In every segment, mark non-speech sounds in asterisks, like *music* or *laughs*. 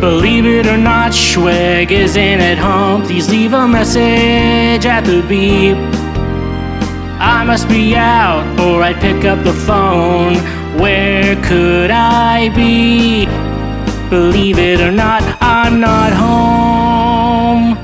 Believe it or not, Schweg isn't at home. Please leave a message at the beep. I must be out or I'd pick up the phone. Where could I be? Believe it or not, I'm not home.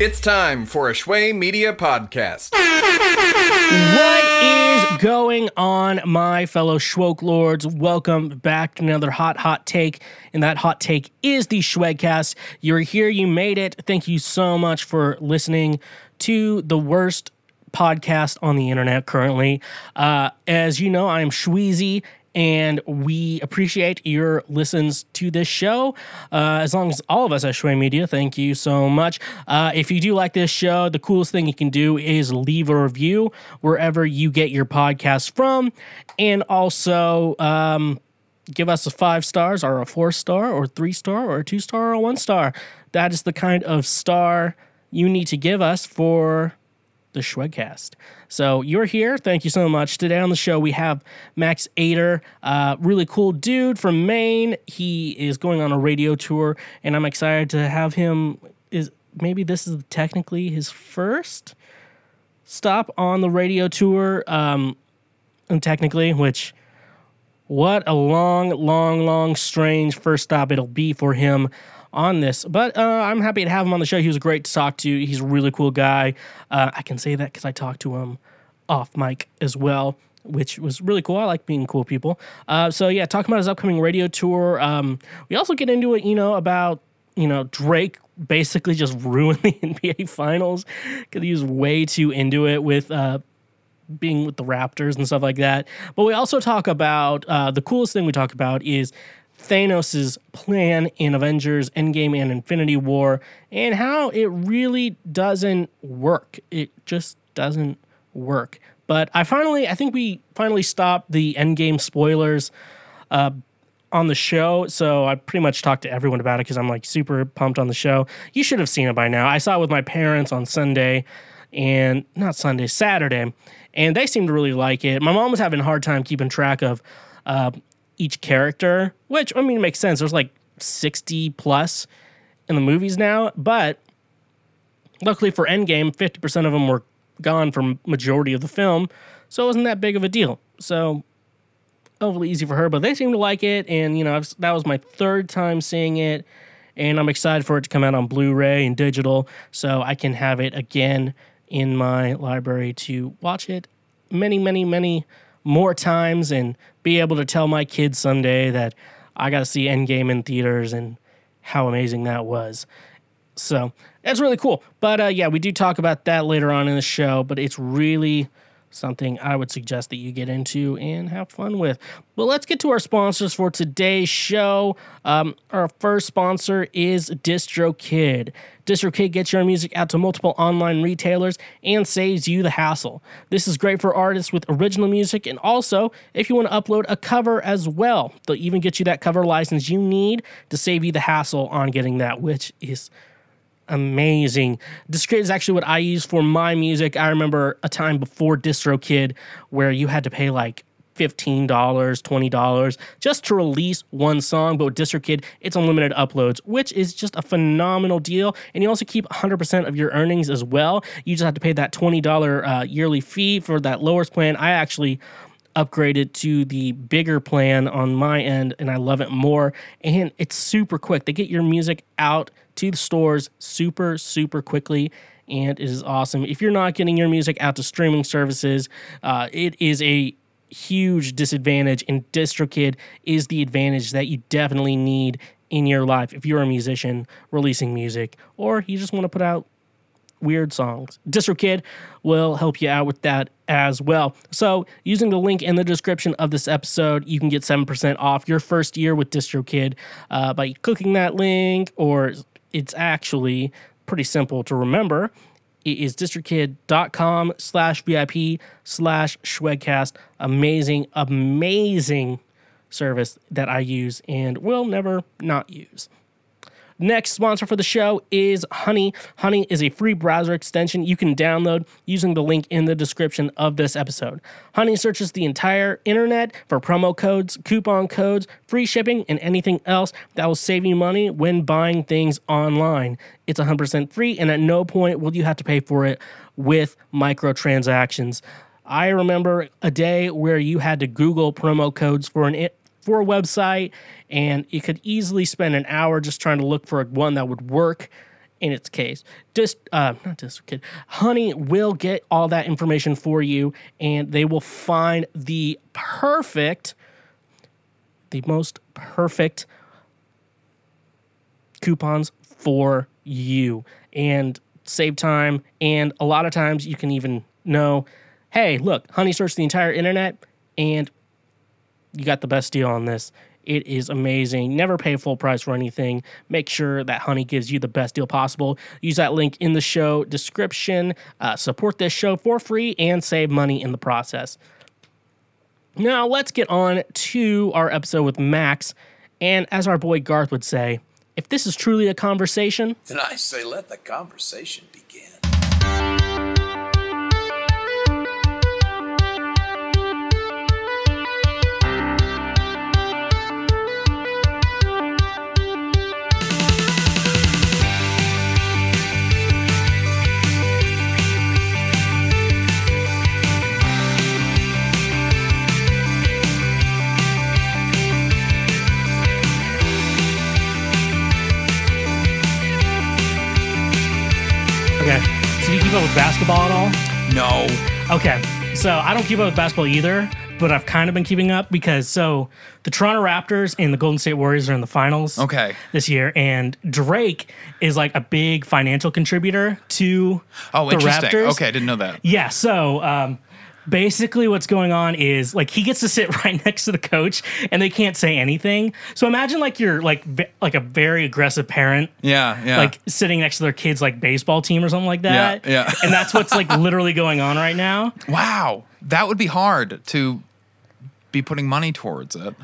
It's time for a Shway Media podcast. What is going on, my fellow Schwoke lords? Welcome back to another hot, hot take. And that hot take is the Schwegcast. You're here, you made it. Thank you so much for listening to the worst podcast on the internet currently. Uh, as you know, I am Shweezy. And we appreciate your listens to this show. Uh, as long as all of us at Shway Media, thank you so much. Uh, if you do like this show, the coolest thing you can do is leave a review wherever you get your podcast from. And also, um, give us a five stars or a four star or three star or a two star or a one star. That is the kind of star you need to give us for the Schwedcast. So you're here. Thank you so much. Today on the show, we have Max Ader, uh, really cool dude from Maine. He is going on a radio tour, and I'm excited to have him. Is maybe this is technically his first stop on the radio tour, um, and technically, which what a long, long, long, strange first stop it'll be for him on this. But uh, I'm happy to have him on the show. He was great to talk to. He's a really cool guy. Uh, I can say that because I talked to him off mic as well, which was really cool. I like being cool people. Uh, so yeah, talking about his upcoming radio tour. Um, we also get into it, you know, about you know Drake basically just *laughs* ruined the NBA Finals because he was way too into it with. Uh, being with the Raptors and stuff like that. But we also talk about uh, the coolest thing we talk about is Thanos' plan in Avengers Endgame and Infinity War and how it really doesn't work. It just doesn't work. But I finally, I think we finally stopped the Endgame spoilers on the show, so I pretty much talked to everyone about it because I'm like super pumped on the show. You should have seen it by now. I saw it with my parents on Sunday, and not Sunday, Saturday, and they seemed to really like it. My mom was having a hard time keeping track of uh, each character, which I mean makes sense. There's like 60 plus in the movies now, but luckily for Endgame, 50% of them were gone for majority of the film, so it wasn't that big of a deal. So overly easy for her, but they seem to like it. And you know, I've, that was my third time seeing it, and I'm excited for it to come out on Blu-ray and digital, so I can have it again in my library to watch it many, many, many more times, and be able to tell my kids someday that I got to see Endgame in theaters and how amazing that was. So that's really cool. But uh, yeah, we do talk about that later on in the show, but it's really something I would suggest that you get into and have fun with. But let's get to our sponsors for today's show. Um, our first sponsor is DistroKid. DistroKid gets your music out to multiple online retailers and saves you the hassle. This is great for artists with original music and also if you want to upload a cover as well. They'll even get you that cover license you need to save you the hassle on getting that, which is amazing. DistroKid is actually what I use for my music. I remember a time before DistroKid where you had to pay like $15, $20 just to release one song. But with DistroKid, it's unlimited uploads, which is just a phenomenal deal. And you also keep 100% of your earnings as well. You just have to pay that $20 uh, yearly fee for that lowest plan. I actually upgraded to the bigger plan on my end and I love it more and it's super quick. They get your music out to the stores super super quickly and it is awesome. If you're not getting your music out to streaming services, uh, it is a huge disadvantage and DistroKid is the advantage that you definitely need in your life if you're a musician releasing music or you just want to put out weird songs. Distro Kid will help you out with that as well. So, using the link in the description of this episode, you can get 7% off your first year with DistroKid uh, by clicking that link, or it's actually pretty simple to remember. It is distrokid.com slash VIP slash Schwedcast. Amazing, amazing service that I use and will never not use. Next sponsor for the show is Honey. Honey is a free browser extension you can download using the link in the description of this episode. Honey searches the entire internet for promo codes, coupon codes, free shipping, and anything else that will save you money when buying things online. It's 100% free, and at no point will you have to pay for it with microtransactions. I remember a day where you had to Google promo codes for an for a website, and you could easily spend an hour just trying to look for one that would work in its case. Just uh, not just kid, Honey will get all that information for you, and they will find the perfect, the most perfect coupons for you and save time. And a lot of times you can even know, hey, look, Honey searched the entire internet and you got the best deal on this. It is amazing. Never pay full price for anything. Make sure that Honey gives you the best deal possible. Use that link in the show description. Uh, support this show for free and save money in the process. Now, let's get on to our episode with Max. And as our boy Garth would say, if this is truly a conversation, *laughs* Then I say, let the conversation begin. okay. So, do you keep up with basketball at all? No. Okay, so I don't keep up with basketball either, but I've kind of been keeping up because so the Toronto Raptors and the Golden State Warriors are in the finals. Okay. This year, and Drake is like a big financial contributor to Oh, the interesting. Raptors. Okay, I didn't know that. Yeah, so um, basically what's going on is like he gets to sit *laughs* right next to the coach and they can't say anything. So imagine like you're like ve- like a very aggressive parent Yeah, yeah. like sitting next to their kids like baseball team or something like that. Yeah, yeah. and that's *laughs* what's like literally going on right now. wow, that would be hard to be putting money towards it.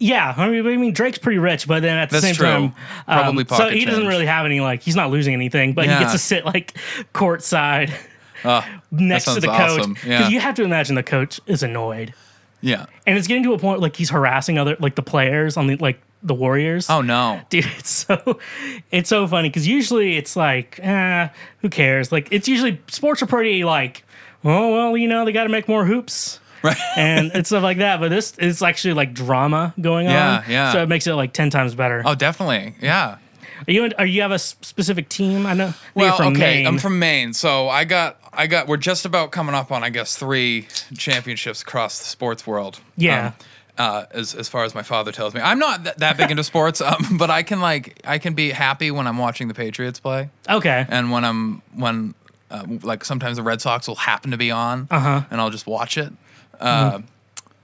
Yeah, I mean, I mean Drake's pretty rich, but then at the That's same true. time, um, Probably so pocket he doesn't change. really have any like he's not losing anything, but Yeah. Ah, he gets to sit like courtside *laughs* next to sounds the coach awesome. Yeah. you have to imagine the coach is annoyed, *laughs* Yeah. and it's getting to a point like he's harassing other like the players on the like the Warriors. Oh no. Dude, *laughs* it's so it's so funny because usually it's like, eh, who cares? Like it's usually sports are pretty like, oh well, you know they got to make more hoops, Right. and it's stuff like that. But this is actually like drama going Yeah, on. yeah. So it makes it like ten times better. Oh, definitely. Yeah. Are you are you have a s- specific team? I know. I know you're Well, from okay. Maine. I'm from Maine, so I got, I got. We're just about coming up on, I guess, three championships across the sports world. Yeah. Um, uh, as as far as my father tells me, I'm not th- that big into sports, *laughs* um, but I can like, I can be happy when I'm watching the Patriots play. okay. and when I'm when uh, like sometimes the Red Sox will happen to be on, Uh-huh. and I'll just watch it. Uh, Mm-hmm.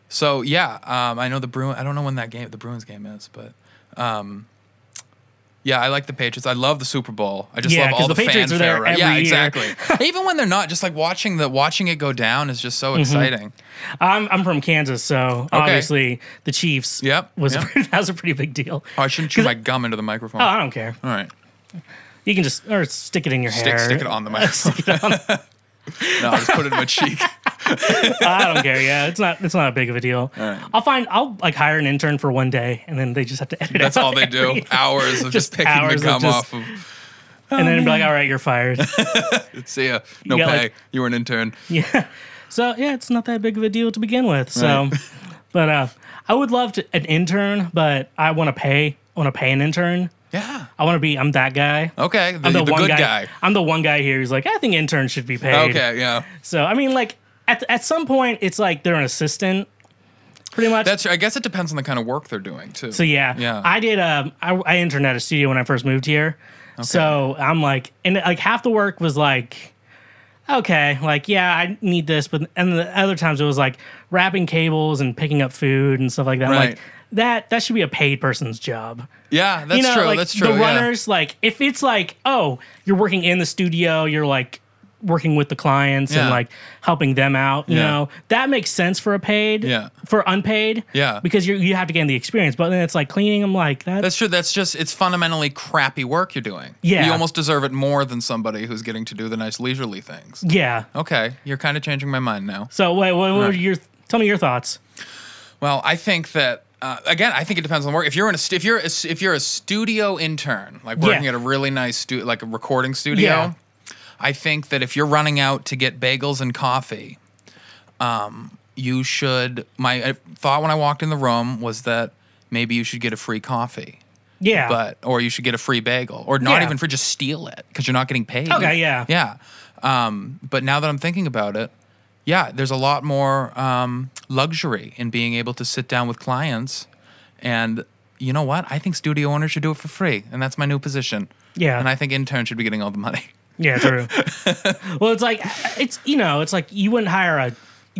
So yeah, um, I know the Bruin. I don't know when that game, the Bruins game is, but um, yeah, I like the Patriots. I love the Super Bowl. I just Yeah, love 'cause all the the, Patriots are fanfare. there around- yeah, every year. *laughs* exactly. Even when they're not, just like watching the watching it go down is just so Mm-hmm. exciting. I'm I'm from Kansas, so obviously the Chiefs. Yep, Was yep. that was a pretty *laughs* big deal. Oh, I shouldn't chew my gum into the microphone. Oh, I don't care. all right, You can just or stick it in your hair. stick stick it *laughs* on the microphone. *laughs* no, I just put it in my cheek. I don't care. Yeah, it's not it's not a big of a deal. right. I'll find I'll like hire an intern for one day, and then they just have to edit. That's out all they *laughs* do. every- Hours of Just just, picking hours the of gum just- off of. and then be like, all right, you're fired. See ya. No You got, pay. like- you were an intern. yeah. So yeah, it's not that big of a deal to begin with. So, but uh, I would love to, an intern, but I want to pay. I want to pay an intern. Yeah. I want to be. I'm that guy. Okay. The, I'm the good guy. I'm the one guy here who's like, I think interns should be paid. Okay. Yeah. So I mean, like at at some point, it's like they're an assistant, pretty much. That's. I guess it depends on the kind of work they're doing too. So yeah, Yeah. I did. Um, I, I interned at a studio when I first moved here. So I'm like, and like half the work was like, okay, like yeah, I need this, but and the other times it was like wrapping cables and picking up food and stuff like that. I'm Right. like that that should be a paid person's job. yeah. That's you know, true. like that's true. the yeah. runners, like if it's like, oh, you're working in the studio, you're like working with the clients and Yeah. like helping them out. You Yeah. know, that makes sense for a paid, Yeah. for unpaid, Yeah. because you you have to gain the experience. But then it's like cleaning them like that. That's true. That's just it's fundamentally crappy work you're doing. Yeah. You almost deserve it more than somebody who's getting to do the nice leisurely things. yeah. Okay, you're kind of changing my mind now. So wait, what, what were Right. your tell me your thoughts? Well, I think that uh, again, I think it depends on the work. If you're in a stu- if you're a, s- if you're a studio intern, like working Yeah. at a really nice stu- like a recording studio, Yeah. I think that if you're running out to get bagels and coffee, um, you should. My uh, thought when I walked in the room was that maybe you should get a free coffee. Yeah, but or you should get a free bagel or not Yeah. even free just steal it because you're not getting paid Okay, yeah. yeah um, but now that i'm thinking about it yeah there's a lot more um, luxury in being able to sit down with clients and you know what i think studio owners should do it for free and that's my new position Yeah. and i think interns should be getting all the money *laughs* yeah, true. well, it's like it's you know it's like you wouldn't hire a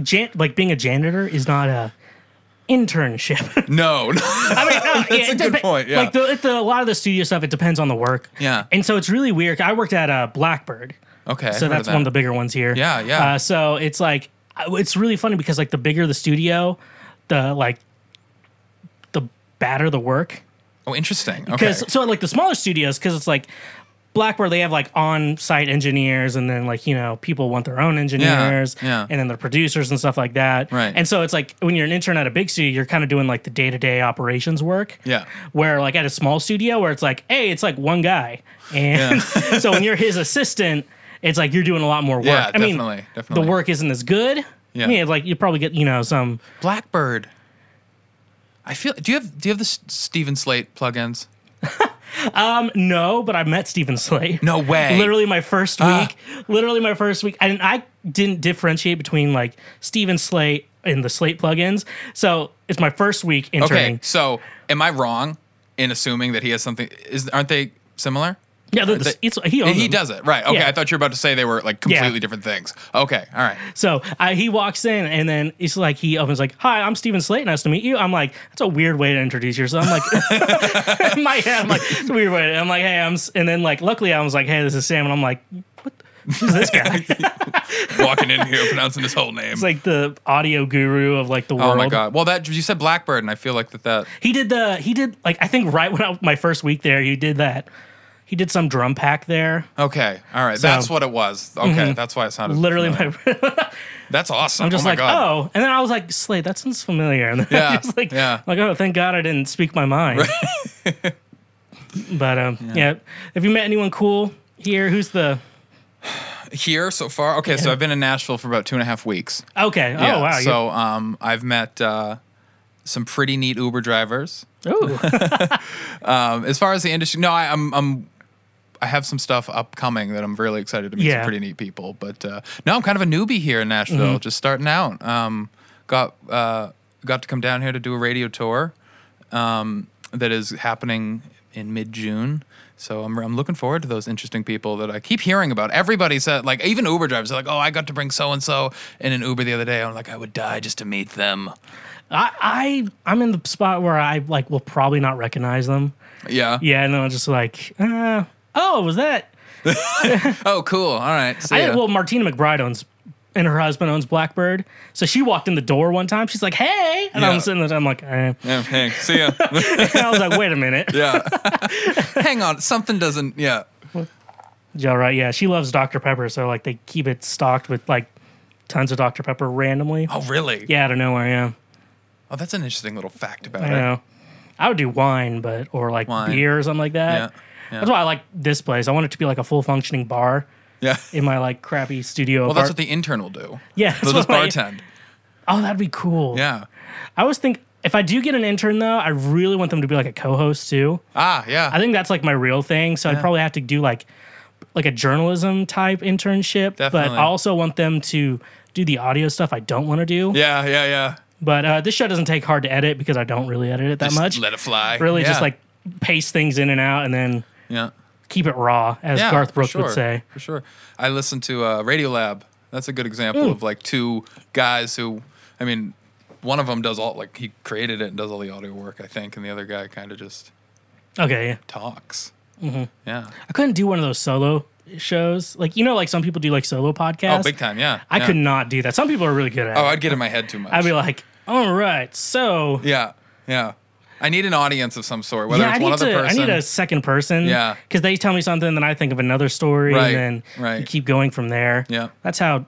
jan- like being a janitor is not a internship. no no I mean, *laughs* no, yeah, a it good depe- point, yeah. Like the, the, a lot of the studio stuff, it depends on the work. Yeah. And so it's really weird. I worked at uh, Blackbird. okay I've heard so that's that. one of the bigger ones here. Yeah, yeah. Uh, so it's like I- it's really funny because like the bigger the studio, the like the badder the work. oh interesting okay Because so like the smaller studios, because it's like Blackbird, they have like on-site engineers, and then like you know people want their own engineers, yeah. and then their producers and stuff like that. Right. And so it's like when you're an intern at a big studio, you're kind of doing like the day-to-day operations work. Yeah. Where like at a small studio, where it's like, hey, it's like one guy, and *laughs* so when you're his assistant, it's like you're doing a lot more work. Yeah, I mean, definitely, definitely. the work isn't as good. Yeah. I mean, like you probably get you know some. blackbird i feel do you have do you have the S- steven slate plugins No, but I met Steven Slate. no way Literally my first Ah. week. Literally my first week. And I didn't differentiate between like Steven Slate and the Slate plugins. So it's my first week interning. Okay, so am I wrong in assuming that he has something? Is aren't they similar? Yeah, the, the- They- it's, he owns Uh, he them. does it right. Okay, Yeah. I thought you were about to say they were like completely different things. Okay, *laughs* all right. So I, he walks in and then it's like he opens like, "Hi, I'm Steven Slate. Nice to meet you." I'm like, "That's a weird way to introduce yourself." I'm like, *laughs* in my head, I'm like, "It's a weird way." to-" I'm like, "Hey, I'm," s-" and then like, luckily, I was like, "Hey, this is Sam," and I'm like, "What? Who's this guy?" Walking in here, pronouncing his whole name. it's like the audio guru of like the world. oh my god. Well, that you said Blackbird, and I feel like that that He did the he did like I think right when I, my first week there he did that. He did some drum pack there. okay, all right. that's what it was. Okay, that's why it sounded Mm-hmm. Literally, familiar. my, That's awesome. I'm just oh my like, god. oh, and then I was like, Slade, that sounds familiar. *laughs* And then Yeah, I was like, yeah. like, oh, thank God I didn't speak my mind. *laughs* *laughs* but um, yeah. Have you met anyone cool here? Who's the Here so far. Okay, so I've been in Nashville for about two and a half weeks. okay? Yeah, oh wow, So um, I've met uh, some pretty neat Uber drivers. *laughs* Um, Ooh. as far as the industry, no, I, I'm, I'm, I have some stuff upcoming that I'm really excited to meet Yeah. Mm-hmm. some pretty neat people. But uh, no, I'm kind of a newbie here in Nashville, just starting out. Um, got uh, got to come down here to do a radio tour um, that is happening in mid June. So I'm, I'm looking forward to those interesting people that I keep hearing about. Everybody said, like, even Uber drivers are like, oh, I got to bring so and so in an Uber the other day. I'm like, I would die just to meet them. I, I I'm in the spot where I like will probably not recognize them. Yeah. Yeah, and then I'm just like, uh, oh, was that? Oh, cool. All right. See I, ya. well, Martina McBride owns and her husband owns Blackbird. So she walked in the door one time. She's like, "Hey," and Yeah. I'm sitting there. I'm like, eh. yeah, hey, *laughs* see ya. *laughs* and I was like, "Wait a minute, Yeah. Hang on, something doesn't. Yeah. Joe, right? Yeah, she loves Dr Pepper, so like they keep it stocked with like tons of Dr Pepper *gasps* randomly. Oh, really? Yeah, out of nowhere. Yeah, Oh, that's an interesting little fact about I it. know. I would do wine, but or like Wine. beer or something like that. Yeah, yeah. That's why I like this place. I want it to be like a full functioning bar Yeah. in my like crappy studio. Well, that's what apart- the intern will do. yeah. They'll that's just what I- bartend. Oh, that'd be cool. Yeah. I always think if I do get an intern though, I really want them to be like a co-host too. Ah, yeah. I think that's like my real thing. So I'd probably have to do like like a journalism type internship. But Definitely. I also want them to do the audio stuff I don't want to do. yeah, yeah, yeah. But uh, this show doesn't take hard to edit because I don't really edit it that Just much. Let it fly. really just Yeah. like paste things in and out and then yeah. keep it raw, as Yeah, Garth for Brooks would sure, say. For sure. I listened to uh, Radiolab. That's a good example Hmm. of like two guys who, I mean, one of them does all, like, he created it and does all the audio work, I think, and the other guy kind of just Okay. talks. Yeah. Mm-hmm. I couldn't do one of those solo shows. Like you know, like some people do like solo podcasts. Oh, big time, yeah. I yeah. could not do that. Some people are really good at Oh, it. I'd get in my head too much. I'd be like, all right, so yeah, yeah. I need an audience of some sort, whether yeah, I it's one need other to. I person. *laughs* need a second person. Yeah. because they tell me something, then I think of another story, Right, and then right. you keep going from there. Yeah. that's how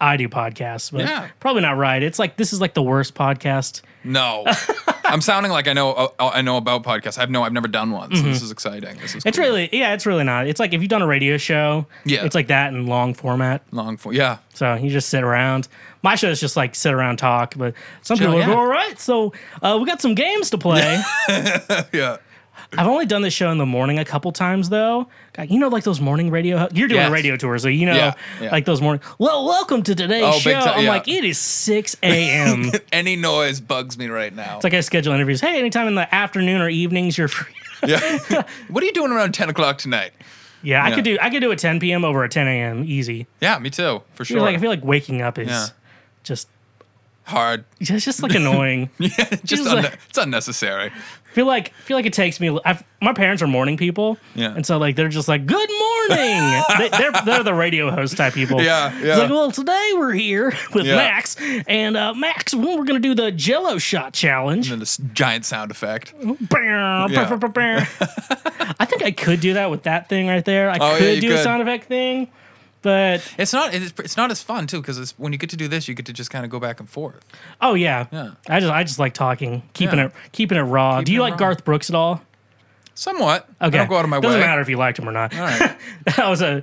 I do podcasts. But Yeah. probably not right. It's like this is like the worst podcast. *laughs* No, I'm sounding like I know uh, I know about podcasts. I've no, I've never done one. So This is exciting. This is Mm-hmm. It's cool. really yeah, it's really not. It's like if you've done a radio show, Yeah. it's like that in long format. long for yeah. *laughs* So you just sit around. My show is just like sit around talk, but some people are yeah. like, all right, so uh, we got some games to *laughs* play. Yeah. I've only done this show in the morning a couple times though. God, you know, like those morning radio. ho- You're doing Yes. a radio tour, so you know, Yeah, yeah. like those morning. Well, welcome to today's Oh, big show. time, I'm yeah. like, it is six *laughs* a.m. it's Any noise bugs me right now. like I schedule interviews. Hey, anytime in the afternoon or evenings, you're free. *laughs* yeah. what are you doing around 10 o'clock tonight? Yeah, I Yeah. could do. I could do a 10 p.m. over a 10 a.m. Easy. Yeah, me too, for You're sure. Like I feel like waking up is Yeah. just Hard. *laughs* it's just like annoying. I Yeah, just like- unne- it's unnecessary. feel like feel like it takes me. I've, my parents are morning people, Yeah. and so like they're just like good *laughs* morning. they, they're they're the radio host type people. Yeah, yeah. It's like well today we're here *laughs* with Yeah. Max and uh, Max. Well, we're gonna do the Jello shot challenge. And this giant sound effect. Bam, Yeah. bam, bam, bam. I think I could do that with that thing right there. I Oh, yeah, could you do a could. sound effect thing, but It's not. It's, it's not as fun too because when you get to do this, you get to just kind of go back and forth. oh yeah. Yeah. I just I just like talking, keeping Yeah. it keeping it raw. do Keeping you it like raw. Garth Brooks at all? Somewhat. I don't go out of my Doesn't way. matter if you liked him or not. All right. *laughs* that was a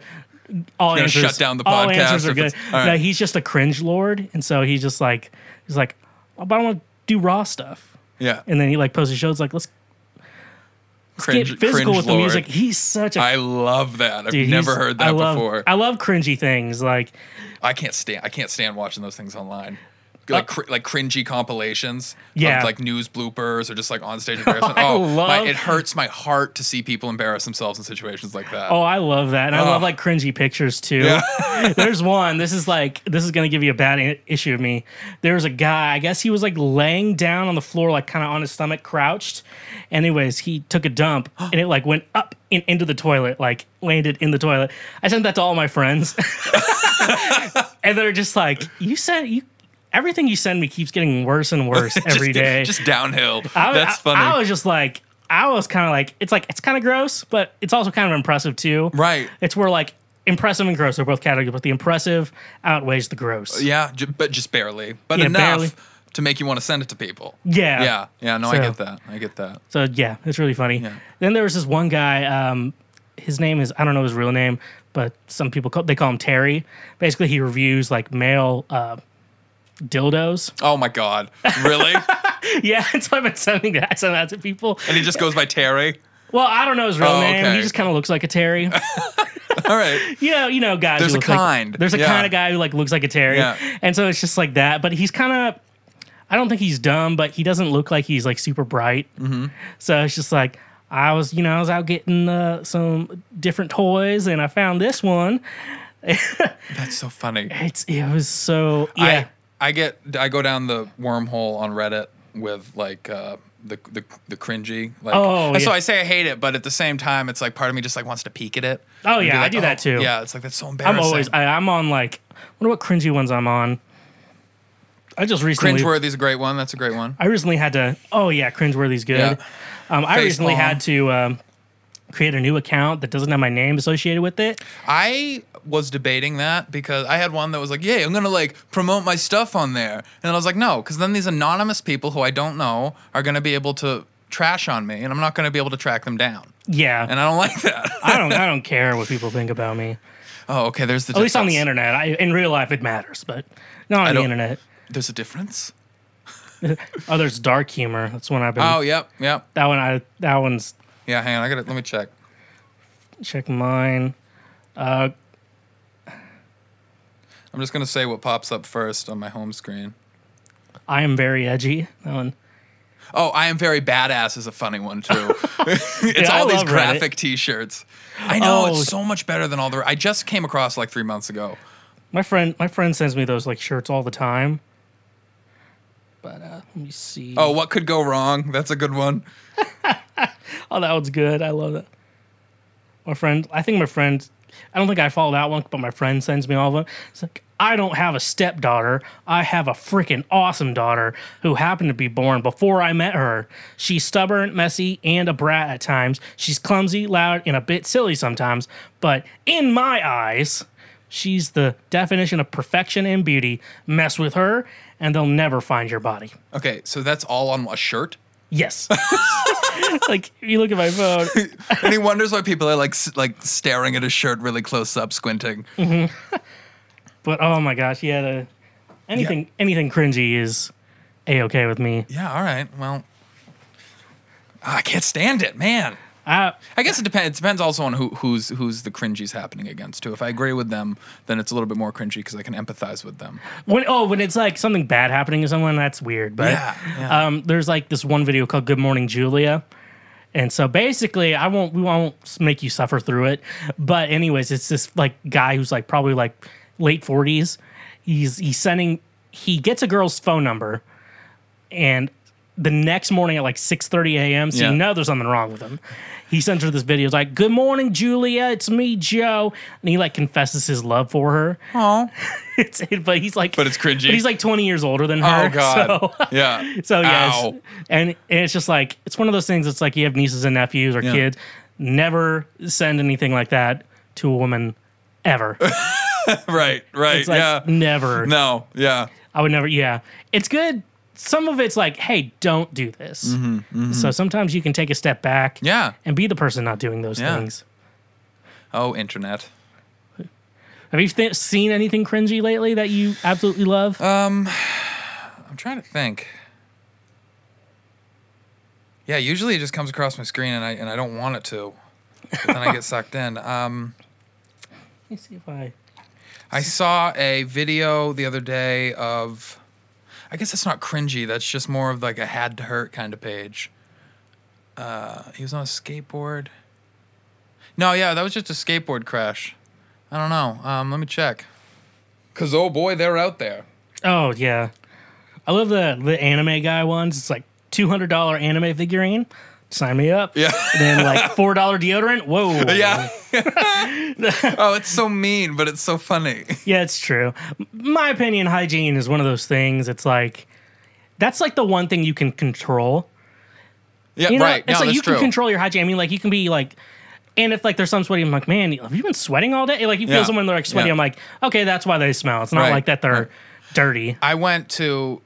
all answers. shut down the All podcast answers are if good. it's- all right. No, he's just a cringe lord, and so he's just like he's like, "Oh, but I want to do raw stuff. Yeah. And then he like posts a show. It's like let's get physical with the lord. music. He's such a I love that. I've dude, he's- never heard that I love, before. I love cringy things. Like I can't stand. I can't stand watching those things online. Like cr- like cringy compilations, Uh, Yeah. of like news bloopers or just *laughs* like onstage embarrassment. I oh, my, love- it hurts my heart to see people embarrass themselves in situations like that. oh, I love that, and I love Oh. like cringy pictures too. Yeah. *laughs* There's one. This is like this is gonna give you a bad i- issue of me. There was a guy. I guess he was like laying down on the floor, like kind of on his stomach, crouched. Anyways, he took a *gasps* dump and it like went up in, into the toilet, like landed in the toilet. I sent that to all my friends, *laughs* and they're just like, "You sent you." Everything you send me keeps getting worse and worse every *laughs* just, day. just downhill. I, was- That's I- funny. I was just like, I was kind of like, it's like it's kind of gross, but it's also kind of impressive too. Right. It's where like impressive and gross are both categories, but the impressive outweighs the gross. yeah, j- but just barely, but Yeah, enough barely. to make you want to send it to people. Yeah. yeah, yeah. No, I So- get that. I get that. So yeah, it's really funny. Then there was this one guy. Um, his name is I don't know his real name, but some people call, they call him Terry. Basically, he reviews like male uh, dildos. Oh my god, really? *laughs* yeah, and so I've been sending that. I send that to people. and he just goes by Terry. *laughs* Well, I don't know his real Oh, name. okay. He just kind of looks like a Terry. All right. you know, you know, guys. There's who a look like- kind. there's a Yeah. kind of guy who like looks like a Terry, Yeah. and so it's just like that. But he's kind of, I don't think he's dumb, but he doesn't look like he's like super bright. Mm-hmm. So it's just like I was, you know, I was out getting uh, some different toys, and I found this one. That's so funny. It's it was so yeah. I, I get I go down the wormhole on Reddit with like uh, the, the the cringy like Oh, and so yeah. I say I hate it, but at the same time it's like part of me just like wants to peek at it. Oh, and be yeah, I like, do that too. Yeah, it's like that's so I, am embarrassing. always I, I'm on like I wonder what cringy ones I'm on. I just recently cringeworthy's a great one. That's a great one. I recently had to. Oh yeah, cringeworthy's good. Yeah. Um, I Face recently palm. had to um, create a new account that doesn't have my name associated with it. I was debating that because I had one that was like, "Yay, I'm gonna like promote my stuff on there," and I was like, "No," because then these anonymous people who I don't know are gonna be able to trash on me, and I'm not gonna be able to track them down, Yeah, and I don't *laughs* like that. I don't. I don't care what people think about me. oh, okay. There's the At least on the difference. internet. I, in real life, it matters, but not on the don't- internet. There's a difference. Oh, there's dark humor. That's one I've been. Oh, yep, yep. That one. I. That one's. Yeah, hang on. I got to Let me check. Check mine. I'm just gonna say what pops up first on my home screen. I am very edgy. That one. Oh, I am very badass is a funny one too. *laughs* it's Yeah, I all these love Reddit. graphic T-shirts. I know Oh. it's so much better than all the. I just came across like three months ago. My friend. My friend sends me those like shirts all the time. But uh, let me see. Oh, what could go wrong? That's a good one. Oh, that one's good. I love that. My friend, I think my friend, I don't think I follow that one, but my friend sends me all of them. It's like, I don't have a stepdaughter. I have a freaking awesome daughter who happened to be born before I met her. She's stubborn, messy, and a brat at times. She's clumsy, loud, and a bit silly sometimes, but in my eyes, she's the definition of perfection and beauty. Mess with her, and they'll never find your body. Okay, so that's all on a shirt. Yes. *laughs* like, if you look at my phone, And he wonders why people are like s- like staring at his shirt really close up, squinting. But oh my gosh, yeah, the anything anything cringy is a okay with me. Yeah, all right. Well, ah, I can't stand it, man. I, I guess it depends. It depends also on who, who's who's the cringy's happening against too. If I agree with them, then it's a little bit more cringy because I can empathize with them. when oh when it's like something bad happening to someone, that's weird. But Yeah, *laughs* yeah. um, there's like this one video called "Good Morning Julia," and so basically, I won't we won't make you suffer through it. But anyways, it's this like guy who's like probably like late forties. He's he's sending he gets a girl's phone number, and the next morning at like 6.30 a.m so Yeah. you know there's something wrong with him he sends her this video it's like good morning julia it's me joe and he like confesses his love for her *laughs* Oh, it's, but he's like But it's cringy. but he's like 20 years older than her oh god. *laughs* so, Yeah. so yes Ow. and, and it's just like it's one of those things it's like you have nieces and nephews or kids never send anything like that to a woman *laughs* ever Right. Right. it's like yeah. never No. Yeah. I would never. Yeah, it's good. Some of it's like, hey, don't do this. So sometimes you can take a step back. Mm-hmm, Yeah. And be the person not doing those Yeah. things. Oh, internet. Have you th- seen anything cringy lately that you absolutely love? Uh, I'm trying to think. Yeah, usually it just comes across my screen and I and I don't want it to. But then I get sucked in. Um, Let me see if I. I saw a video the other day of. I guess that's not cringy. That's just more of like a had to hurt kind of page. Uh, he was on a skateboard. No, yeah, that was just a skateboard crash. I don't know. Um, let me check. Cause oh boy, they're out there. Oh yeah, I love the the anime guy ones. It's like two hundred dollar anime figurine. Sign me up. Yeah. *laughs* And then like four dollar deodorant. Whoa. *laughs* Yeah. *laughs* oh, it's so mean, but it's so funny. Yeah, it's true. M- My opinion, hygiene is one of those things. It's like that's like the one thing you can control. Yeah, You know, right. It's no, like that's you true. can control your hygiene. I mean, like you can be like, and if like there's some sweaty, I'm like, man, have you been sweating all day? Like you feel Yeah. someone they're like sweaty. Yeah. I'm like, okay, that's why they smell. It's not Right. like that they're Right. dirty. I went to,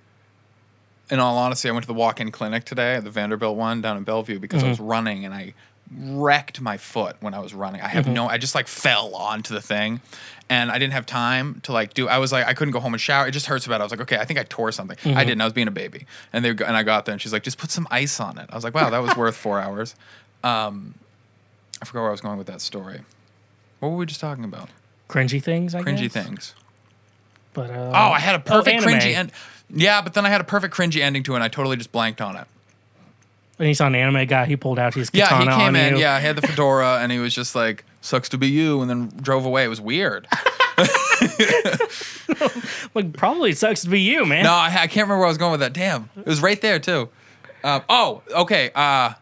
in all honesty, I went to the walk-in clinic today, the Vanderbilt one down in Bellevue, because Mm-hmm. I was running and I wrecked my foot when I was running. I have Mm-hmm. no, I just like fell onto the thing, and I didn't have time to like do. I was like, I couldn't go home and shower. It just hurts so bad. I was like, okay, I think I tore something. Mm-hmm. I didn't. I was being a baby, and they and I got there, and she's like, just put some ice on it. I was like, wow, that was worth four hours. Um, I forgot where I was going with that story. What were we just talking about? Cringy things. I Cringy guess. things. But uh, Oh, I had a perfect anime. cringy end. Yeah, but then I had a perfect cringy ending to it, and I totally just blanked on it. and he saw an anime guy. He pulled out his Yeah, katana he came on in. you. Yeah, he had the fedora, and he was just like, "Sucks to be you," and then drove away. It was weird. *laughs* Like probably sucks to be you, man. no, I, I can't remember where I was going with that. Damn, it was right there too. Um, oh, okay. Uh,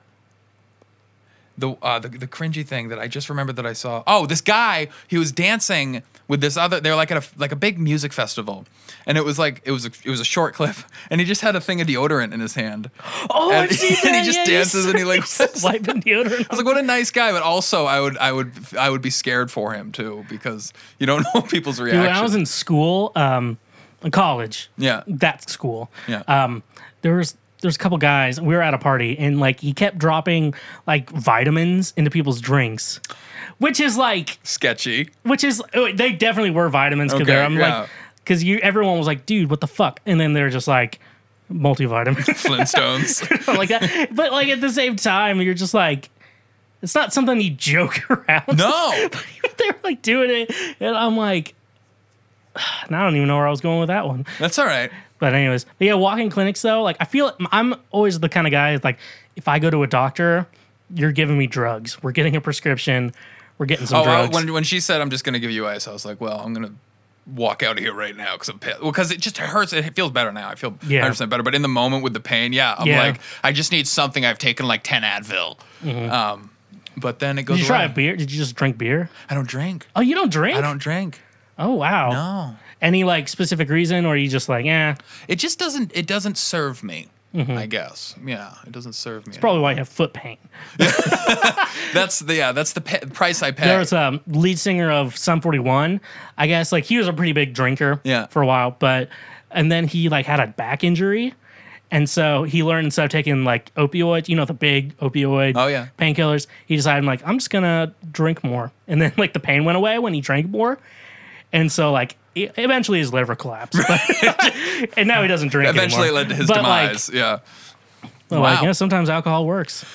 the, uh, the the cringy thing that I just remembered that I saw. Oh, this guy, he was dancing with this other. They were like at a like a big music festival, and it was like it was a, it was a short clip, *laughs* and he just had a thing of deodorant in *gasps* his hand. *gasps* Oh, and, I've seen that. *laughs* and he just yeah, dances *laughs* you and he like *laughs* said- wiping deodorant. I was like, what a nice guy, but also I would I would I would be scared for him too because you don't *laughs* know people's Dude, reactions. when I was in school, um, in college, Yeah. that school, Yeah. um, there was there's a couple guys. We were at a party, and like he kept dropping like vitamins into people's drinks, which is like, *laughs* Sketchy. which is oh, they definitely were vitamins because Okay, they're I'm yeah. like, because you everyone was like, dude, what the fuck, and then they're just like *laughs* multivitamin *laughs* Flintstones. like *laughs* that, but like at the same time, you're just like. It's not something you joke *laughs* around. no. They're like doing it, and I'm like, *sighs* and I don't even know where I was going with that one. That's all right. But anyways, but yeah, walking clinics though, like I feel I'm always the kind of guy that's like, if I go to a doctor, you're giving me drugs. We're getting a prescription. We're getting some Oh, I- drugs. when when she said I'm just gonna give you ice, I was like, well, I'm gonna walk out of here right now because I'm pissed. Well, because it just hurts. It feels better now. I feel Yeah. 100 percent better. But in the moment with the pain, yeah, I'm Yeah. like, I just need something. I've taken like 10 Advil. Um, But then it goes. Did Mm-hmm. you try a away. beer? Did you just drink beer? I don't drink. Oh, you don't drink? I don't drink. Oh, wow. No. Any like specific reason, or are you just like, eh? It just doesn't. It doesn't serve me. Mm-hmm. I guess. Yeah, it doesn't serve me. Probably why you have foot pain. that's the yeah. That's the pe- price I pay. There was a lead singer of Sum 41. I guess like he was a pretty big drinker Yeah. for a while, but and then he like had a back injury. And so he learned instead of taking like opioids, you know, the big opioid Oh, yeah. painkillers, he decided like, I'm just gonna drink more. And then like the pain went away when he drank more. And so like e- eventually his liver *laughs* collapsed. *laughs* and now he doesn't drink Eventually anymore. led to his But, like, demise. yeah. But like, Wow. you know, sometimes alcohol works.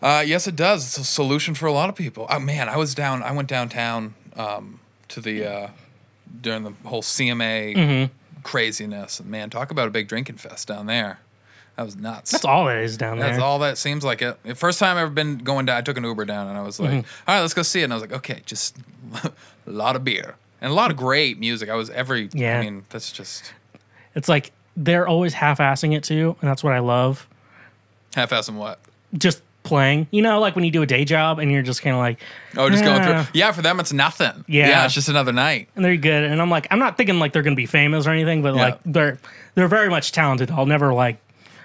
Uh, yes, it does. It's a solution for a lot of people. Oh man, I was down. I went downtown um, to the uh, during the whole CMA Mm-hmm. craziness. And man, talk about a big drinking fest down there. That was nuts. That's all that is down there. That's all that seems like it. The First time I've ever been going down, I took an Uber down and I was like, Mm-hmm. "All right, let's go see it. And I was like, okay, just *laughs* a lot of beer and a lot of great music. I was every, Yeah. I mean, that's just It's like they're always half-assing it too, and that's what I love. half assing what? Just playing, you know, like when you do a day job and you're just kind of like, Oh, just Yeah. going through. Yeah, for them, it's nothing. Yeah. Yeah, it's just another night. and they're good, and I'm like, I'm not thinking like they're gonna be famous or anything, but Yeah. like they're they're very much talented. I'll never like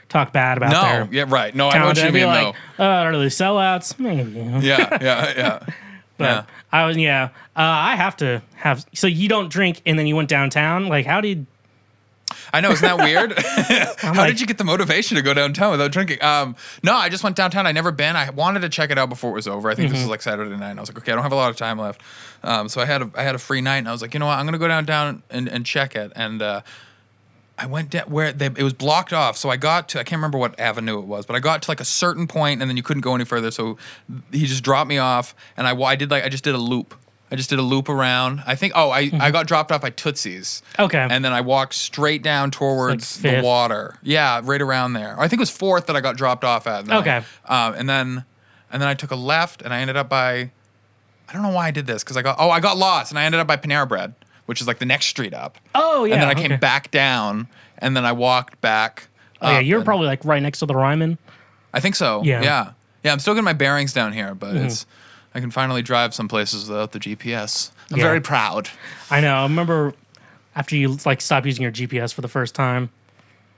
talk bad about No, their yeah, right. No, I know talent. what you I'd be mean, like, though. uh, are they sellouts? Maybe, yeah, yeah, yeah. *laughs* but yeah. I was yeah. Uh, I have to have so you don't drink, and then you went downtown. Like, how did I know, isn't that weird? *laughs* How like- did you get the motivation to go downtown without drinking? Um, no, I just went downtown. I never been. I wanted to check it out before it was over. I think Mm-hmm. this was like Saturday night. And I was like, okay, I don't have a lot of time left. Um, so I had a I had a free night, and I was like, you know what? I'm gonna go downtown and, and check it. And uh, I went down where they, it was blocked off. So I got to I can't remember what avenue it was, but I got to like a certain point, and then you couldn't go any further. So he just dropped me off, and I wa- I did like I just did a loop. I just did a loop around. I think. Oh, I, I got dropped off by Tootsie's. Mm-hmm. Okay. And then I walked straight down towards the fifth. water. Yeah, right around there. I think it was fourth that I got dropped off at. And then Okay. I- um, and then and then I took a left, and I ended up by I don't know why I did this because I got oh I got lost, and I ended up by Panera Bread, which is like the next street up. Oh, yeah, And then I came okay. back down, and then I walked back. oh, yeah, up, you're and- probably like right next to the Ryman. I think so. Yeah. Mm-hmm. Yeah. Yeah. I'm still getting my bearings down here, but it's I can finally drive some places without the GPS. I'm Yeah. very proud. I know. I remember after you like stopped using your GPS for the first time.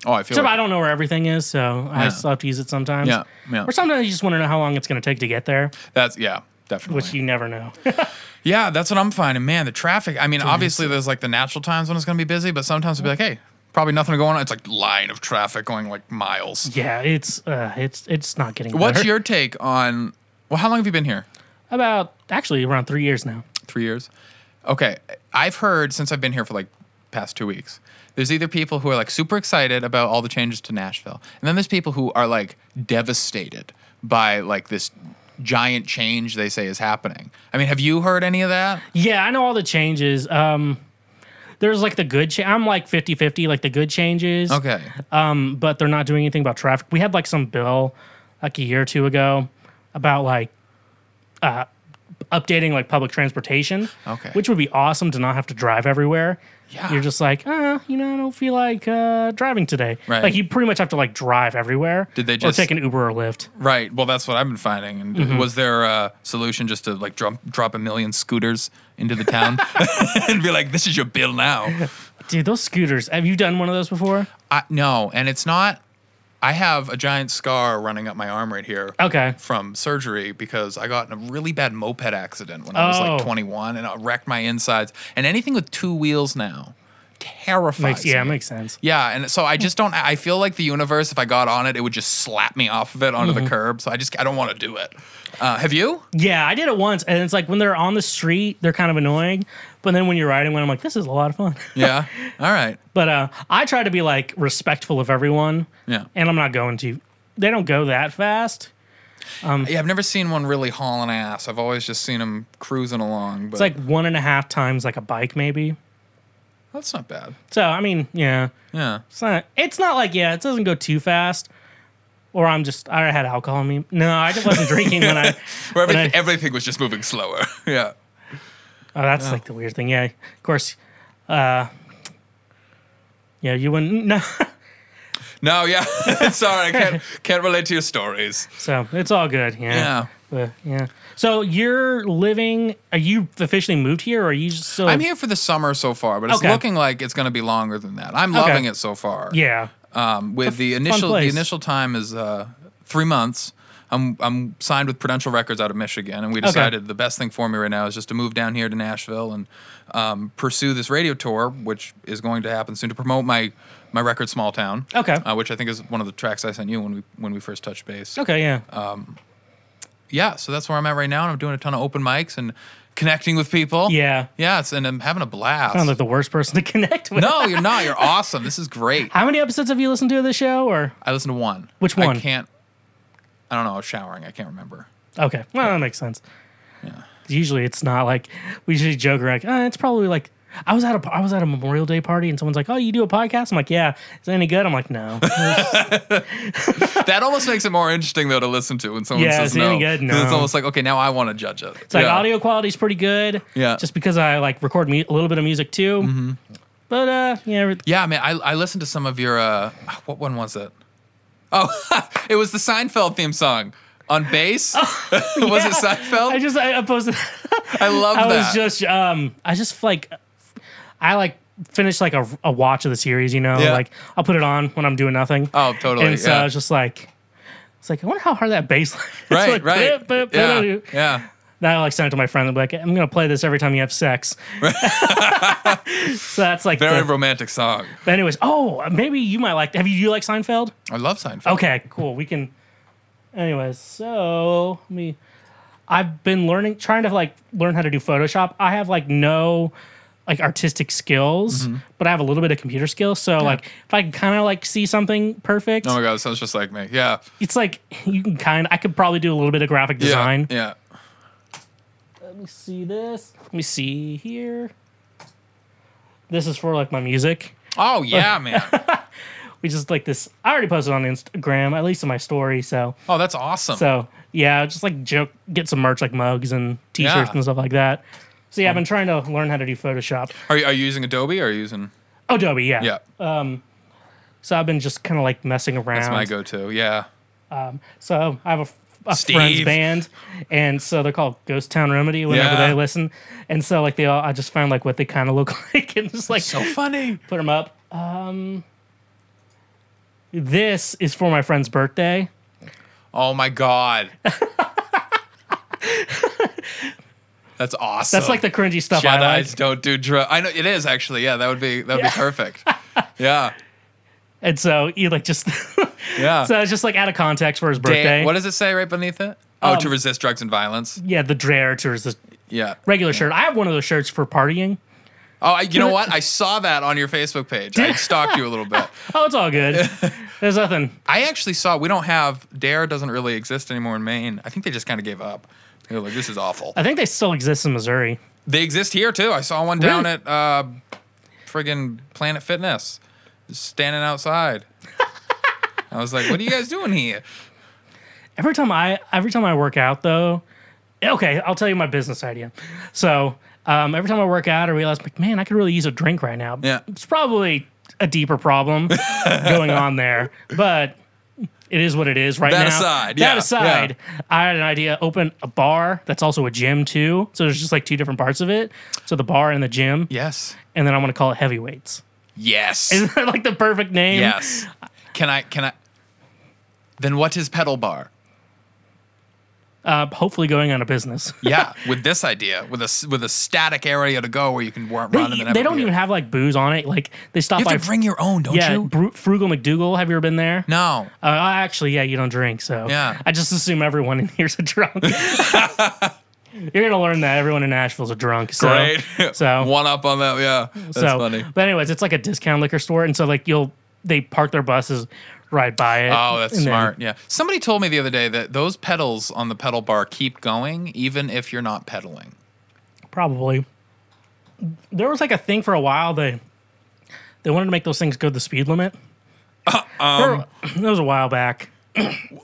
Oh, I feel Except I like don't know where everything is, so I Yeah. still have to use it sometimes. Yeah, yeah. Or sometimes you just want to know how long it's going to take to get there, that's yeah, definitely. which you never know. *laughs* Yeah, that's what I'm finding. Man, the traffic. I mean, obviously there's like the natural times when it's gonna be busy, but sometimes it'll be like, hey, probably nothing going on. It's like line of traffic going like miles. yeah, it's uh, it's it's not getting. What's better. your take on well, how long have you been here? about actually around three years now? Three years. Okay. I've heard since I've been here for like past two weeks, there's either people who are like super excited about all the changes to Nashville, and then there's people who are like devastated by like this giant change they say is happening. I mean, have you heard any of that? Yeah, I know all the changes. Um, there's like the good. Cha- I'm like 50-50, like the good changes. Okay. but they're not doing anything about traffic. We had like some bill like a year or two ago about like uh, updating like public transportation, Okay. which would be awesome to not have to drive everywhere. Yeah. You're just like, uh, you know, I don't feel like uh, driving today. Right. Like you pretty much have to like drive everywhere. Did they or just- take an Uber or Lyft? Right. Well, that's what I've been finding. And Mm-hmm. was there a solution just to like drop drop a million scooters into the town *laughs* and be like, "This is your bill now"? Dude, those scooters. Have you done one of those before? I, no, and it's not. I have a giant scar running up my arm right here. Okay. From surgery because I got in a really bad moped accident when I was Oh. like 21 and it wrecked my insides. And anything with two wheels now terrifies Makes yeah, me. makes sense. Yeah, and so I just don't. I feel like the universe. If I got on it, it would just slap me off of it onto Mm-hmm. the curb. So I just I don't want to do it. Uh, have you? Yeah, I did it once, and it's like when they're on the street, they're kind of annoying. But then when you're riding one, I'm like, this is a lot of fun. Yeah. All right. But uh, I try to be like respectful of everyone, Yeah. and I'm not going to. They don't go that fast. Yeah, I've never seen one really hauling ass. I've always just seen them cruising along. But It's like one and a half times like a bike, maybe. that's not bad. So I mean, yeah, Yeah. it's not. It's not like yeah, it doesn't go too fast. Or I'm just I had alcohol in me. No, I just wasn't drinking when *laughs* I. Where everything, I- everything was just moving slower. *laughs* yeah. Oh, that's like the weird thing. Yeah, *laughs* of course. Uh, yeah, you wouldn't. No, No, yeah. *laughs* Sorry, I can't can't relate to your stories. So it's all good. Yeah. Yeah. But, yeah. So you're living. Are you officially moved here, or are you just still? I'm here for the summer so far, but it's Okay. looking like it's going to be longer than that. I'm loving it so far. Yeah. Um, with the f- fun initial the place. initial time is uh, three months. I'm I'm signed with Prudential Records out of Michigan, and we decided the best thing for me right now is just to move down here to Nashville and um, pursue this radio tour, which is going to happen soon to promote my my record Small Town. Okay. uh, which I think is one of the tracks I sent you when we when we first touched base. Okay. Yeah. Yeah, so that's where I'm at right now, and I'm doing a ton of open mics and connecting with people. yeah. yeah, it's, and I'm having a blast. Sound like the worst person to *laughs* connect with. no, you're not. You're awesome. This is great. How many episodes have you listened to of this show? Or I listened to one. Which one? I can't. I don't know. I was showering. I can't remember. okay, well that makes sense. Usually it's not like we usually joke around. Like, "Ah, it's probably like I was at a I was at a Memorial Day party and someone's like, "Oh, you do a podcast?" I'm like, "Yeah." Is it any good? I'm like, *laughs* "No." That almost makes it more interesting though to listen to when someone Yeah, says is it any no. good? 'Cause It's No. almost like okay, now I want to judge it. It's like audio quality's pretty good. Yeah. Mm-hmm. Just because I like record me- a little bit of music too. But uh, yeah, Yeah, man. I I listened to some of your. uh What one was it? Oh, *laughs* it was the Seinfeld theme song on bass. *laughs* was it I Seinfeld? I, just I posted. *laughs* love Oh, I that. was just um I just like I like finished like a, a watch of the series, you know, Yeah. like I'll put it on when I'm doing nothing. oh, totally. and so yeah. I was just like, it's like I wonder how hard that bass line. is. right, like, right. blip, blip, *laughs* yeah, blip. yeah. Now I like send it to my friend and be like, I'm gonna play this every time you have *laughs* sex. so that's like Very the- romantic song. but anyways, oh maybe you might like have you you like Seinfeld? I love Seinfeld. Okay, cool. We can. Anyways, so let me. I've been learning, trying to like learn how to do Photoshop. I have like no like artistic skills, Mm-hmm. but I have a little bit of computer skills. So like, if I can kind of like see something perfect, Oh my god, it sounds just like me. Yeah. it's like *laughs* you can kind. I could probably do a little bit of graphic Yeah. design. Yeah. Let me see this. Let me see here. This is for like my music. Oh *laughs* yeah, man. We just like this. I already posted on Instagram, at least in my story. So Oh, that's awesome. So yeah, just like joke, get some merch like mugs and T-shirts Yeah. Um, and stuff like that. So yeah, I've been trying to learn how to do Photoshop, Are you, are you using Adobe or are you using? Adobe, yeah. Oh, Yeah, So I've been just kind of like messing around. that's my go-to. Yeah, So I have a, a Steve. friend's band, and so they're called Ghost Town Remedy whenever Yeah. they listen, and so like they all, I just found like what they kind of look *laughs* like, and just like *laughs* funny. put them up. Um, this is for my friend's birthday. Oh *laughs* my god, that's awesome. That's like the cringy stuff I like. Jedi's don't do drugs. I know it is actually. Yeah, that would be that would be *laughs* perfect. Yeah, And so you like just *laughs* yeah. so it's just like out of context for his birthday. Day- what does it say right beneath it? Oh, Um, to resist drugs and violence. Yeah, the Dreyer tour is the Yeah. regular shirt. I have one of those shirts for partying. Oh, I, you know what? I saw that on your Facebook page. *laughs* I stalked you a little bit. Oh, it's all *laughs* good. There's nothing. I actually saw. We don't have Dare. Doesn't really exist anymore in Maine. I think they just kind of gave up. They're like, this is awful. I think they still exist in Missouri. They exist here too. I saw one down Really? at uh, friggin' Planet Fitness, just *laughs* standing outside. I was like, "What are you guys doing here?" Every time I every time I work out though, okay, I'll tell you my business idea. So um, every time I work out, I realize like, man, I could really use a drink right now. Yeah. it's probably a deeper *laughs* problem going on there, but. It is what it is right That now. aside, that yeah, aside, I had an idea: open a bar that's also a gym too. So there's just like two different parts of it. So the bar and the gym. Yes, and then I want to call it heavyweights. *laughs* yes, Isn't that like the perfect name? yes. Can I? Can I? Then what is pedal bar? Uh, hopefully going out of business. Yeah, with this idea, with a s- with a static area to go where you can wa- They, e, run. and then have they a don't beer. even have like booze on it. Like they stop You by. have to bring your own, don't yeah, you? Bru- Frugal McDougal. Have you ever been there? No. Uh, actually, yeah, you don't drink, so Yeah. I just assume everyone in here's a drunk. *laughs* You're gonna learn that everyone in Nashville's a drunk. So, Great. *laughs* So one up on that. Yeah, that's Oh. so, funny. But anyways, it's like a discount liquor store, and so like you'll they park their buses right by it. Oh, that's and then- smart. yeah. Somebody told me the other day that those pedals on the pedal bar keep going even if you're not pedaling. probably there was like a thing for a while they they wanted to make those things go the speed *laughs* limit Uh, um. *clears throat* that was a while back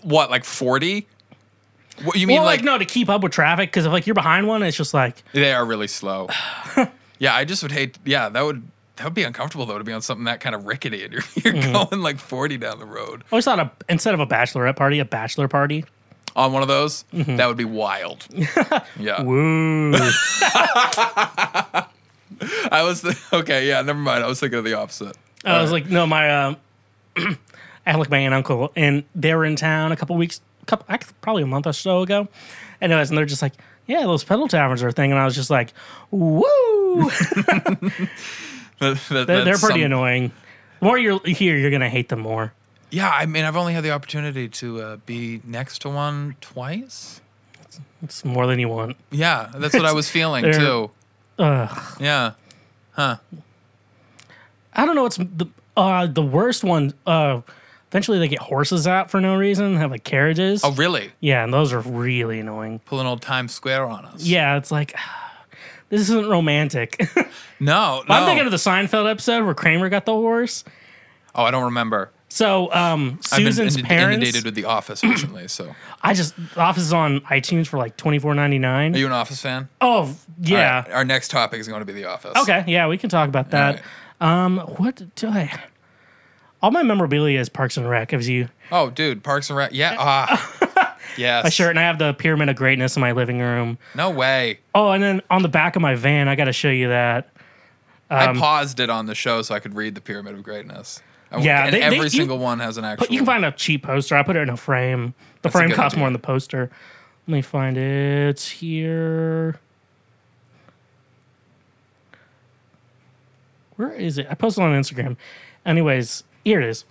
What, like 40? What you mean well like, like, no to keep up with traffic because if like you're behind one it's just like *laughs* they are really slow. yeah, I just would hate yeah, that would that would be uncomfortable though to be on something that kind of rickety and you're, *laughs* you're Mm-hmm. going like 40 down the road I always thought Oh, a, instead of a bachelorette party, a bachelor party. on one of those. Mm-hmm. That would *laughs* be wild. yeah. Ooh. *laughs* I was th- okay. Yeah, never mind. I was thinking of the opposite. *laughs* I was like, no, my, uh, *clears throat* I had like my aunt and uncle, and they were in town a couple weeks, couple I c- probably a month or so ago, and it was, and they're just like, yeah, those pedal taverns are a thing, and I was just like, *laughs* woo, That- that- they're, they're that's pretty some- annoying. The more you're here, you're gonna hate them more. Yeah, I mean, I've only had the opportunity to uh, be next to one twice. It's more than you want. Yeah, that's what I *laughs* was feeling They're- too. Yeah, I don't know what's the uh, the worst one. Uh, eventually, they get horses out for no reason, have like carriages. Oh, really? Yeah, and those are really annoying. Pulling old Times Square on us? Yeah, it's like *sighs* this isn't romantic. *laughs* No, no. I'm thinking of the Seinfeld episode where Kramer got the horse. oh, I don't remember. So um, Susan's I've been inund- parents. inundated with The Office recently. So, I just The Office is on iTunes for like twenty four ninety are nine. you an Office fan? Oh *laughs* yeah. All right, our next topic is going to be The Office. Okay. Yeah, we can talk about that. Um, what do I? All my memorabilia is Parks and Rec. It was you Oh, dude, Parks and *laughs* Rec. Yeah. Ah. yes. my shirt, and I have the Pyramid of Greatness in my living room. No way. Oh, and then on the back of my van, I got to show you that. Um, I paused it on the show so I could read the Pyramid of Greatness. I- Yeah, and they- they- every you- single one has an actual. But you can find a cheap poster. I put it in a frame. The a frame good costs idea. more than the poster. Let me find it here. Where is it? I posted on Instagram. Anyways, here it is.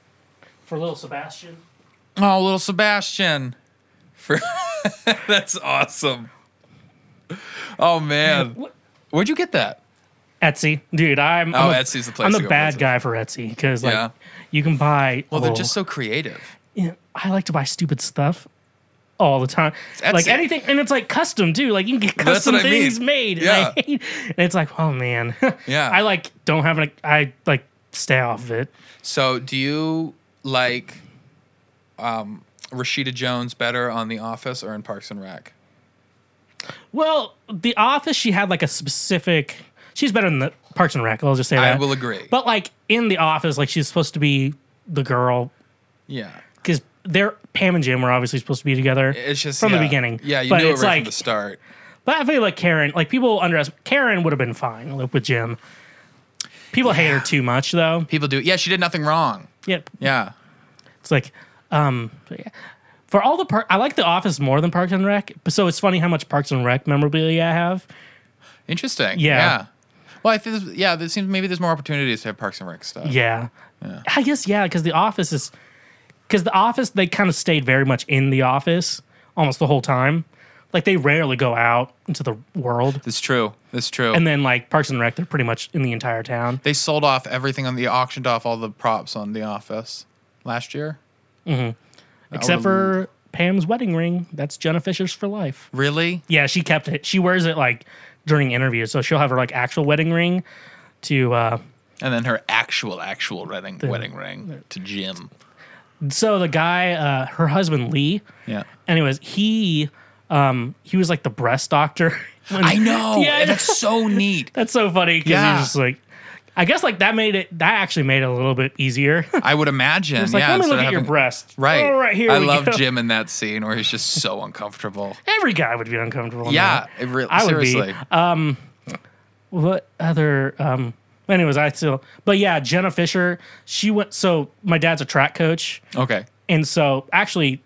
For little Sebastian. Oh, little Sebastian. For *laughs* That's awesome. Oh man. What? Where'd you get that? Etsy, dude, I'm I'm Oh, a- Etsy's the place I'm to a go bad places. guy for Etsy because like Yeah. you can buy. Well, they're just so creative. you know, I like to buy stupid stuff all the time. Etsy. Like anything, and it's like custom too. Like you can get what custom I mean. things made. Yeah. And, I hate, and it's like, oh man. *laughs* Yeah. I like don't have an. I like stay off of it. So, do you like um, Rashida Jones better on The Office or in Parks and Rec? Well, The Office, she had like a specific. She's better than the Parks and Rec. I'll just say I that. will agree. But like in The Office, like she's supposed to be the girl Yeah. because they're Pam and Jim were obviously supposed to be together. It's just from yeah. the beginning. Yeah, you but knew it it's right like, from the start. But I feel like Karen, like people underestimate Karen would have been fine like, with Jim. People hate her too much though. People do. Yeah, she did nothing wrong. Yep. Yeah. It's like, um, but yeah. for all the par- I like The Office more than Parks and Rec. but So it's funny how much Parks and Rec memorabilia I have. Interesting. Yeah. Well, I think there's- yeah, there seems maybe there's more opportunities to have Parks and Rec stuff. Yeah. I guess yeah, because The Office is because The Office they kind of stayed very much in the office almost the whole time. Like they rarely go out into the world. That's true. That's true. And then like Parks and Rec, they're pretty much in the entire town. they sold off everything on the auctioned off all the props on The Office last year. Except for Pam's wedding ring. That's Jenna Fisher's for life. Really? Yeah, she kept it. She wears it like during interviews, so she'll have her like actual wedding ring to uh And then her actual actual wedding wedding ring to Jim. so the guy uh her husband Lee Yeah. anyways, he um he was like the breast doctor. *laughs* When- I know. *laughs* Yeah. That's so *laughs* neat. That's so funny cuz Yeah. he's just like I guess like that made it that actually made it a little bit easier. *laughs* It's I would imagine. like let me yeah. instead look of at your having- breast. *laughs* Right. Oh, right here. I we love go. Jim in that scene where he's just so uncomfortable. Every guy would be uncomfortable. in yeah. that. It re- *laughs* I would be. Uh, seriously. what other um anyways i still but yeah jenna fisher she went so my dad's a track coach okay. and so actually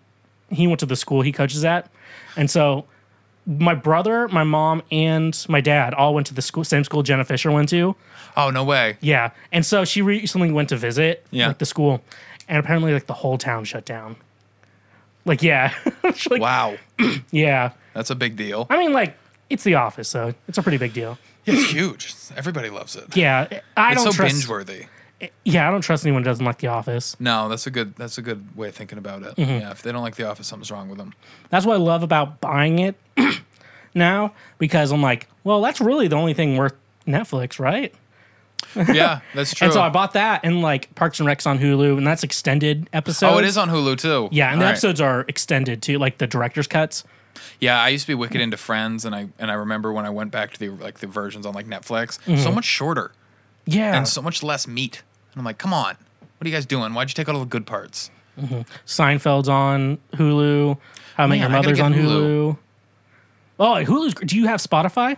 he went to the school he coaches at and so my brother my mom and my dad all went to the school same school jenna fisher went to Oh no way. yeah and so she recently went to visit Yeah. like the school and apparently like the whole town shut down like yeah *laughs* She, like, Wow. yeah That's a big deal. i mean like it's the office so it's a pretty big deal It's huge. Everybody loves it. yeah i It's don't so trust binge worthy. yeah i don't trust anyone who doesn't like the office No, that's a good that's a good way of thinking about it. Mm-hmm. Yeah, if they don't like The Office, something's wrong with them. That's what I love about buying it *clears throat* now because I'm like, well, that's really the only thing worth Netflix, right? Yeah, that's true. And so I bought that and like Parks and Rec's on Hulu, and that's extended episodes. oh, it is on Hulu too. Yeah, and the All right. episodes are extended too, like the director's cuts. Yeah, I used to be wicked into Friends, and I and I remember when I went back to the like the versions on like Netflix, so much shorter. Mm-hmm. Yeah. and so much less meat. And I'm like, come on, what are you guys doing? Why'd you take out all the good parts? Seinfeld's on Hulu. How many Man, Your I gotta Mother's get on Hulu. Hulu. Oh, Hulu's. gr- Do you have Spotify?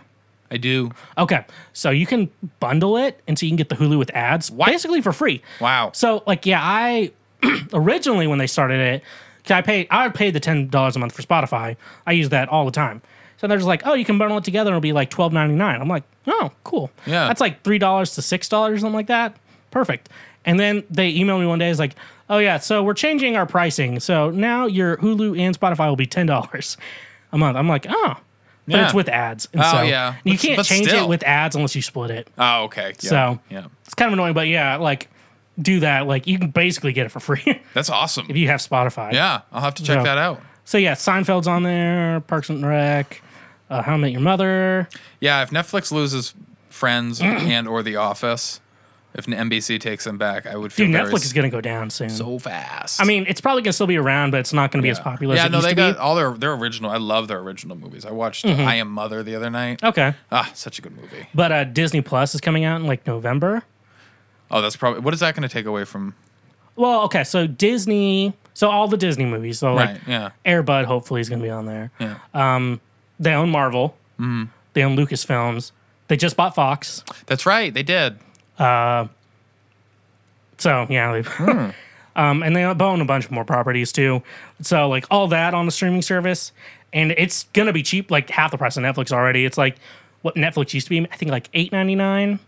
I do. Okay, so you can bundle it, and so you can get the Hulu with ads, What? basically for free. Wow. So, like, yeah, I *clears throat* originally when they started it, 'cause I paid I paid the ten dollars a month for Spotify. I use that all the time. So they're just like, oh, you can bundle it together, and it'll be like twelve ninety nine. I'm like, oh, cool. Yeah. that's like three dollars to six dollars, something like that. Perfect. And then they emailed me one day, it's like, oh yeah, so we're changing our pricing. So now your Hulu and Spotify will be ten dollars a month. I'm like, oh. But Yeah. it's with ads. And Oh, so yeah. You But- can't but change it still. with ads unless you split it. Oh, okay. Yeah. So- yeah, It's kind of annoying, but yeah, like do that. Like you can basically get it for free *laughs* if that's awesome. you have Spotify. Yeah, I'll have to check So- that out. So yeah, Seinfeld's on there, Parks and Rec, uh, How I Met Your Mother. Yeah, if Netflix loses *clears throat* Friends and or The Office, if NBC takes them back, I would feel Dude, very Netflix is going to go down soon. so fast. I mean, it's probably going to still be around, but it's not going to be as popular yeah, as it no, used they to got be. Mm-hmm. all their their original. I love their original movies. I watched I Am Mother the other night. Okay. Ah, such a good movie. But uh, Disney Plus is coming out in like November. Oh, that's probably what is that going to take away from? Well, okay, so Disney, so all the Disney movies, so like Right. Yeah. Airbud hopefully is going to be on there. Um, Yeah. Mm-hmm. They own Marvel. They own Lucasfilms. They just bought Fox. That's right. They did. So yeah, they, Hmm. *laughs* um, and they own a bunch more properties too. So like all that on the streaming service, and it's gonna be cheap, like half the price of Netflix already. It's like what Netflix used to be, I think like eight ninety nine,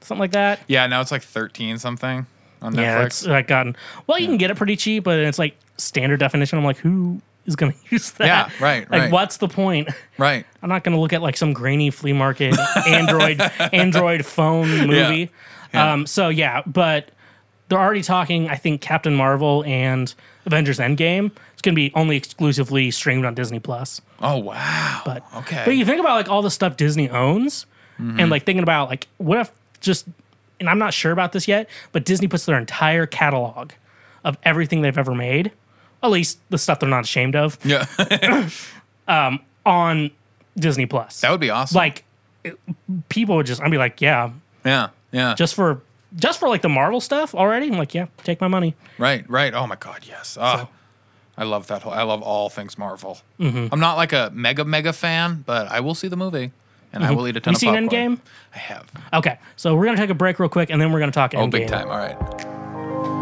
something like that. Yeah. Now it's like thirteen something on Netflix. Yeah, it's like gotten well. You can get it pretty cheap, but it's like standard definition. I'm like, who is gonna *laughs* use that? Yeah, right, Like, right. what's the point? right. I'm not gonna look at like some grainy flea *laughs* market Android Android phone movie. Um, so yeah, but they're already talking. I think Captain Marvel and Avengers Endgame. It's gonna be only exclusively streamed on Disney Plus. Oh wow. *laughs* But Oh, okay. Mm-hmm. But you think about like all the stuff Disney owns, and like thinking about like what if just and I'm not sure about this yet, but Disney puts their entire catalog of everything they've ever made, at least the stuff they're not ashamed of, *laughs* yeah. on Disney Plus. that would be awesome. like it- people would just I'd be like, yeah, yeah. Yeah. just for just for like the Marvel stuff already. I'm like, yeah, take my money. Right, right. Oh my God, yes. Ah, I love that whole. I love all things Marvel. Mm-hmm. I'm not like a mega mega fan, but I will see the movie and I will eat a ton Mm-hmm. You of seen popcorn. Endgame? I have. Okay, so we're gonna take a break real quick, and then we're gonna talk. Oh, Endgame. big time. All right.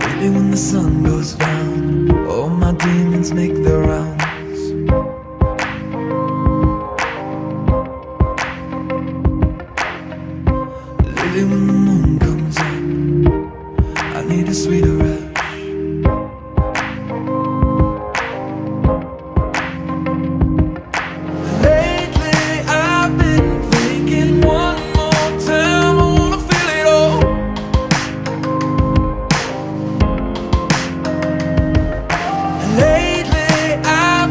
Lately when the sun goes down, all my demons make their rounds. Lately when the moon comes up, I need a sweeter rush. Lately I've been thinking one more time, I wanna feel it all. Lately, I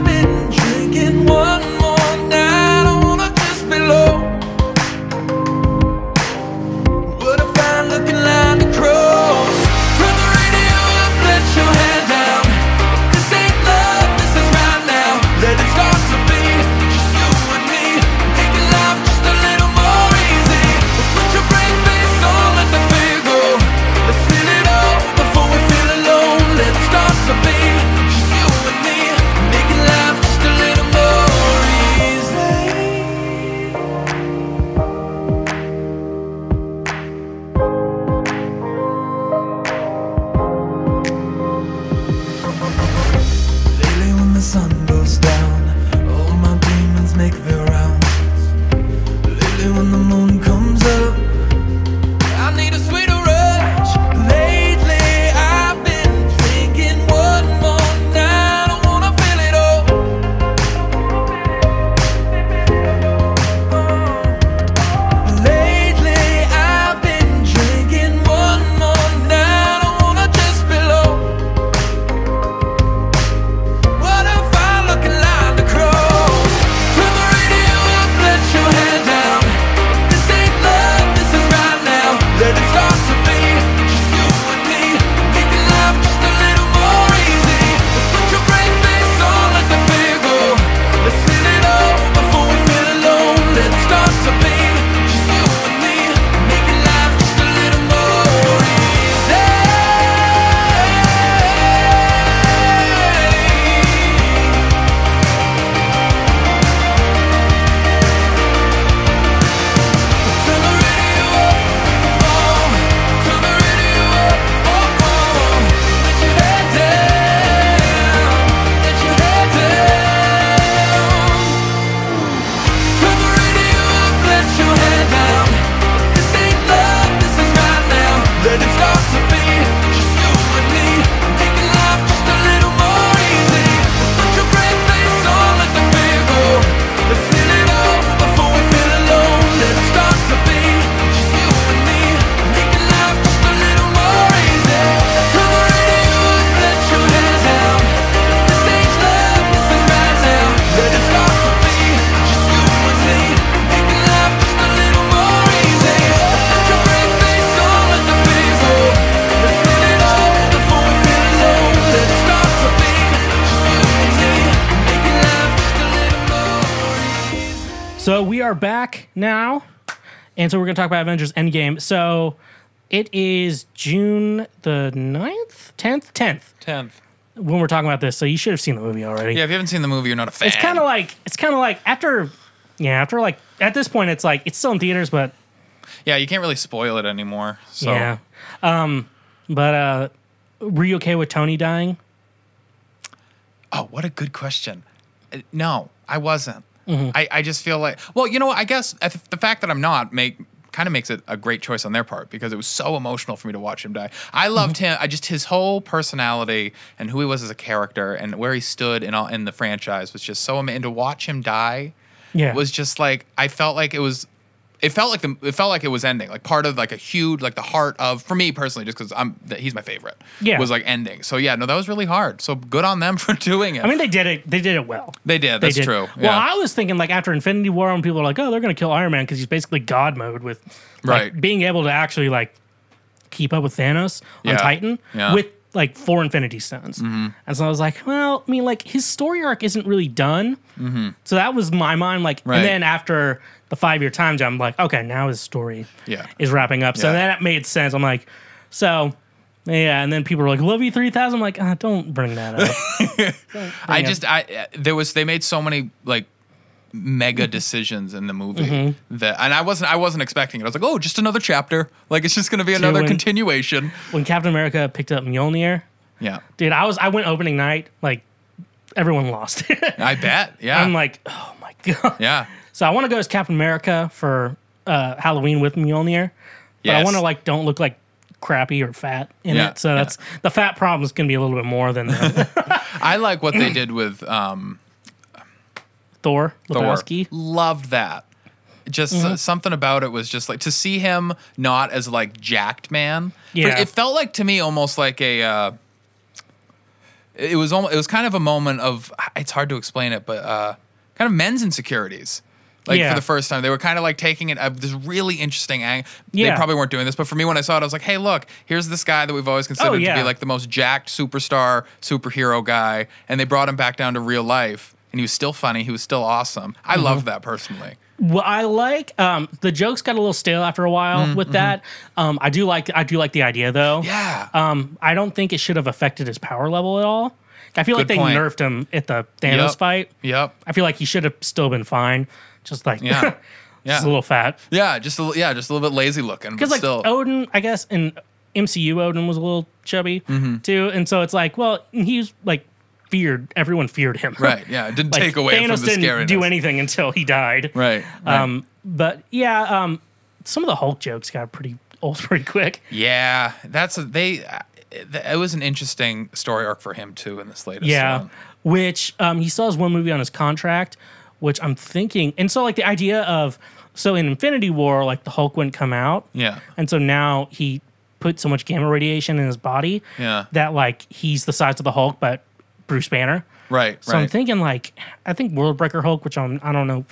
So we are back now, and so we're going to talk about Avengers Endgame. So it is June the 9th, 10th, 10th Tenth. when we're talking about this. So you should have seen the movie already. Yeah, if you haven't seen the movie, you're not a fan. It's kind of like it's kind of like after yeah, after like at this point it's like it's still in theaters but yeah, you can't really spoil it anymore. So yeah. Um but uh were you okay with Tony dying? Oh, what a good question. Uh, No, I wasn't. I, I just feel like, well, you know what? I guess I th- the fact that I'm not make kind of makes it a great choice on their part because it was so emotional for me to watch him die. I loved him. I just his whole personality and who he was as a character and where he stood in all in the franchise was just so amazing. To watch him die Yeah. was just like I felt like it was. It felt like the it felt like it was ending, like part of like a huge like the heart of for me personally, just because I'm that he's my favorite. Yeah. was like ending. So yeah, no, that was really hard. So good on them *laughs* for doing it. I mean they did it they did it well. They did. That's they did. true. Well, I was thinking like after Infinity War, when people are like, "Oh, they're going to kill Iron Man because he's basically God mode with like, Right. being able to actually like keep up with Thanos on Yeah. Titan Yeah. Mm-hmm. with like four Infinity Stones." And so I was like, "Well, I mean, like his story arc isn't really done." So that was my mind. Like, Mm-hmm. Right. and then after the five year time jump, I'm like, "Okay, now his story Yeah. is wrapping up." So Yeah. then that made sense. I'm like, so. Yeah, and then people were like, "Love you 3000." I'm like, ah, "Don't bring that up." *laughs* I just I uh, there was they made so many like mega decisions in the movie Mm-hmm. that and I wasn't I wasn't expecting it. I was like, oh, just another chapter. Like it's just gonna be another when- continuation. when Captain America picked up Mjolnir, Yeah, dude i was i went opening night like everyone lost *laughs* I bet. Yeah, i'm like oh my god yeah, so i want to go as captain america for uh halloween with mjolnir but i Yes. want to like don't look like crappy or fat in Yeah, it so yeah. that's the fat problem is going to be a little bit more than uh, *laughs* the I like what *clears throat* they did with um thor Thor. lebowski Mm-hmm. Loved that. Just so- something about it was just like to see him not as like jacked man. Yeah. it felt like to me almost like a. Uh, it was almost, it was kind of a moment of it's hard to explain it, but uh, kind of men's insecurities. Like Yeah. for the first time, they were kind of like taking it up this really interesting angle. Yeah. They probably weren't doing this, but for me, when I saw it, I was like, "Hey, look! Here's this guy that we've always considered Oh, yeah. to be like the most jacked superstar superhero guy, and they brought him back down to real life, and he was still funny. He was still awesome. I Mm-hmm. loved that personally. Well, I like um, the jokes got a little stale after a while with that. Um, I do like I do like the idea though. Mm, mm-hmm. Yeah. Um, I don't think it should have affected his power level at all. I feel like Good they point. nerfed him at the Thanos Yep. fight. yep. I feel like he should have still been fine. Just like *laughs* Yeah. just Yeah. a little fat. Yeah. Just a, li- yeah. Just a little bit lazy looking. But Because like oh, still, Odin, I guess in MCU Odin was a little chubby Mm-hmm. too, and so it's like, well, he's like feared. Everyone feared him. right. Yeah. It didn't *laughs* Like, take away Thanos from the didn't scariness. do anything until he died. Right. right. Um, but yeah, um, some of the Hulk jokes got pretty old *laughs* pretty quick. yeah. That's a, they. uh, It it was an interesting story arc for him too in this latest. Yeah, one. which um, he still has one movie on his contract, which I'm thinking. And so like the idea of so in Infinity War, like the Hulk wouldn't come out. Yeah. And so now he put so much gamma radiation in his body Yeah. that like he's the size of the Hulk, but Bruce Banner. Right. So right. I'm thinking like I think Worldbreaker Hulk, which I'm I don't know,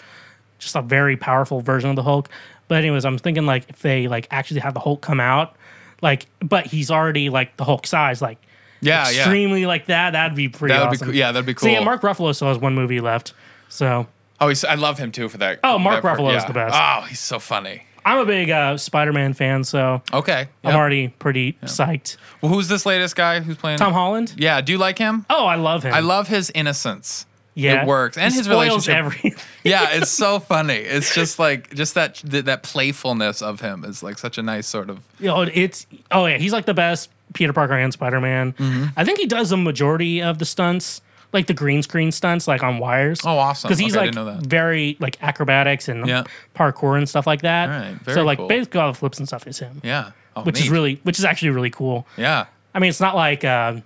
just a very powerful version of the Hulk. But anyways, I'm thinking like if they like actually have the Hulk come out, like but he's already like the Hulk size, like Yeah. Yeah. extremely like that. That'd be pretty. That would be awesome. cool. Yeah, that'd be So yeah, cool. Mark Ruffalo still has one movie left. So Oh, he's, I love him too for that. Oh, Mark that part, Ruffalo is yeah. the best. Oh, he's so funny. I'm a big uh, Spider-Man fan, so Okay. I'm yeah. already pretty psyched. Well, who's this latest guy who's playing? Tom Holland. Yeah. Do you like him? Oh, I love him. I love his innocence. yeah. it works. And He his spoils relationship- Everything. Yeah, it's so *laughs* funny. It's just like just that th- that playfulness of him is like such a nice sort of. *laughs* You know, it's oh yeah, he's like the best Peter Parker and Spider Man. Mm-hmm. I think he does the majority of the stunts, like the green screen stunts, like on wires. Oh, awesome. Because he's Okay, I like didn't know that. very like acrobatics and Yeah. parkour and stuff like that. All right, so very like cool. basically all the flips and stuff is him, Yeah. Oh, which is neat. really which is actually really cool. Yeah. I mean, it's not like um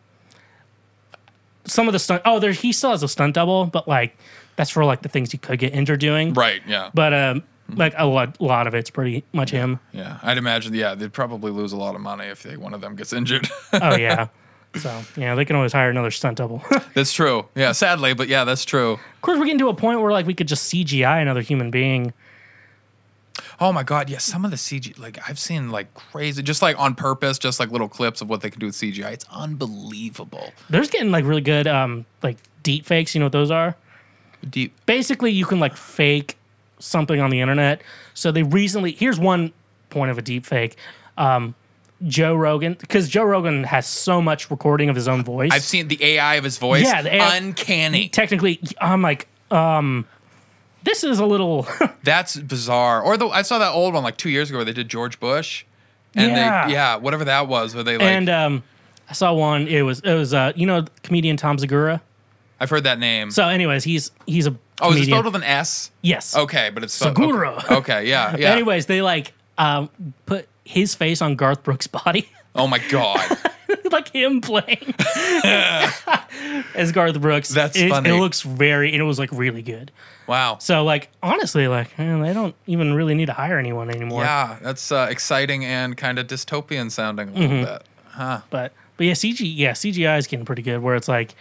some of the stunt. Oh, there he still has a stunt double, but like that's for like the things he could get injured doing. Right. Yeah. But um, like a lot, lot of it's pretty much him. yeah. I'd imagine. Yeah, they'd probably lose a lot of money if they, one of them gets injured. *laughs* Oh yeah. So yeah, they can always hire another stunt double. *laughs* of that's true. Yeah. Sadly, but yeah, that's true. course, we're getting to a point where like we could just CGI another human being. Oh my God. Yeah. Some of the CG, like I've seen like crazy, just like on purpose, just like little clips of what they can do with CGI. It's unbelievable. There's getting like really good um like deep fakes. You know what those are? Deep. Basically, you can like fake something on the internet. So they recently here's one point of a deep fake. Um, Joe Rogan, because Joe Rogan has so much recording of his own voice. I've seen the AI of his voice. Yeah, the AI uncanny. technically I'm like, um, this is a little That's bizarre. Or the I saw that old one like two years ago where they did George Bush, and Yeah. they yeah whatever that was where they like and um I saw one. It was it was uh you know comedian Tom Zagura. I've heard that name. So anyways, he's he's a oh, is it comedian. spelled with an S? yes. Okay, but it's spelled- Segura. Okay, *laughs* okay, yeah, yeah. Anyways, they like um put his face on Garth Brooks' body. *laughs* oh my god, like him *laughs* playing as Garth Brooks. That's it, funny. It looks very, and it was like really good. wow. So like honestly, like man, they don't even really need to hire anyone anymore. yeah, that's uh, exciting and kind of dystopian sounding a little Mm-hmm. bit. But but yeah, CG yeah CGI is getting pretty good. Where it's like,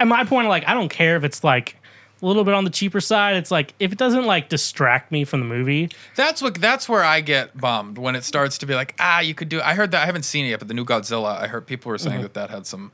at my point, like I don't care if it's like a little bit on the cheaper side. It's like if it doesn't like distract me from the movie. That's what. That's where I get bummed when it starts to be like, ah, you could do. I heard that. I haven't seen it yet, but the new Godzilla. I heard people were saying Mm-hmm. that that had some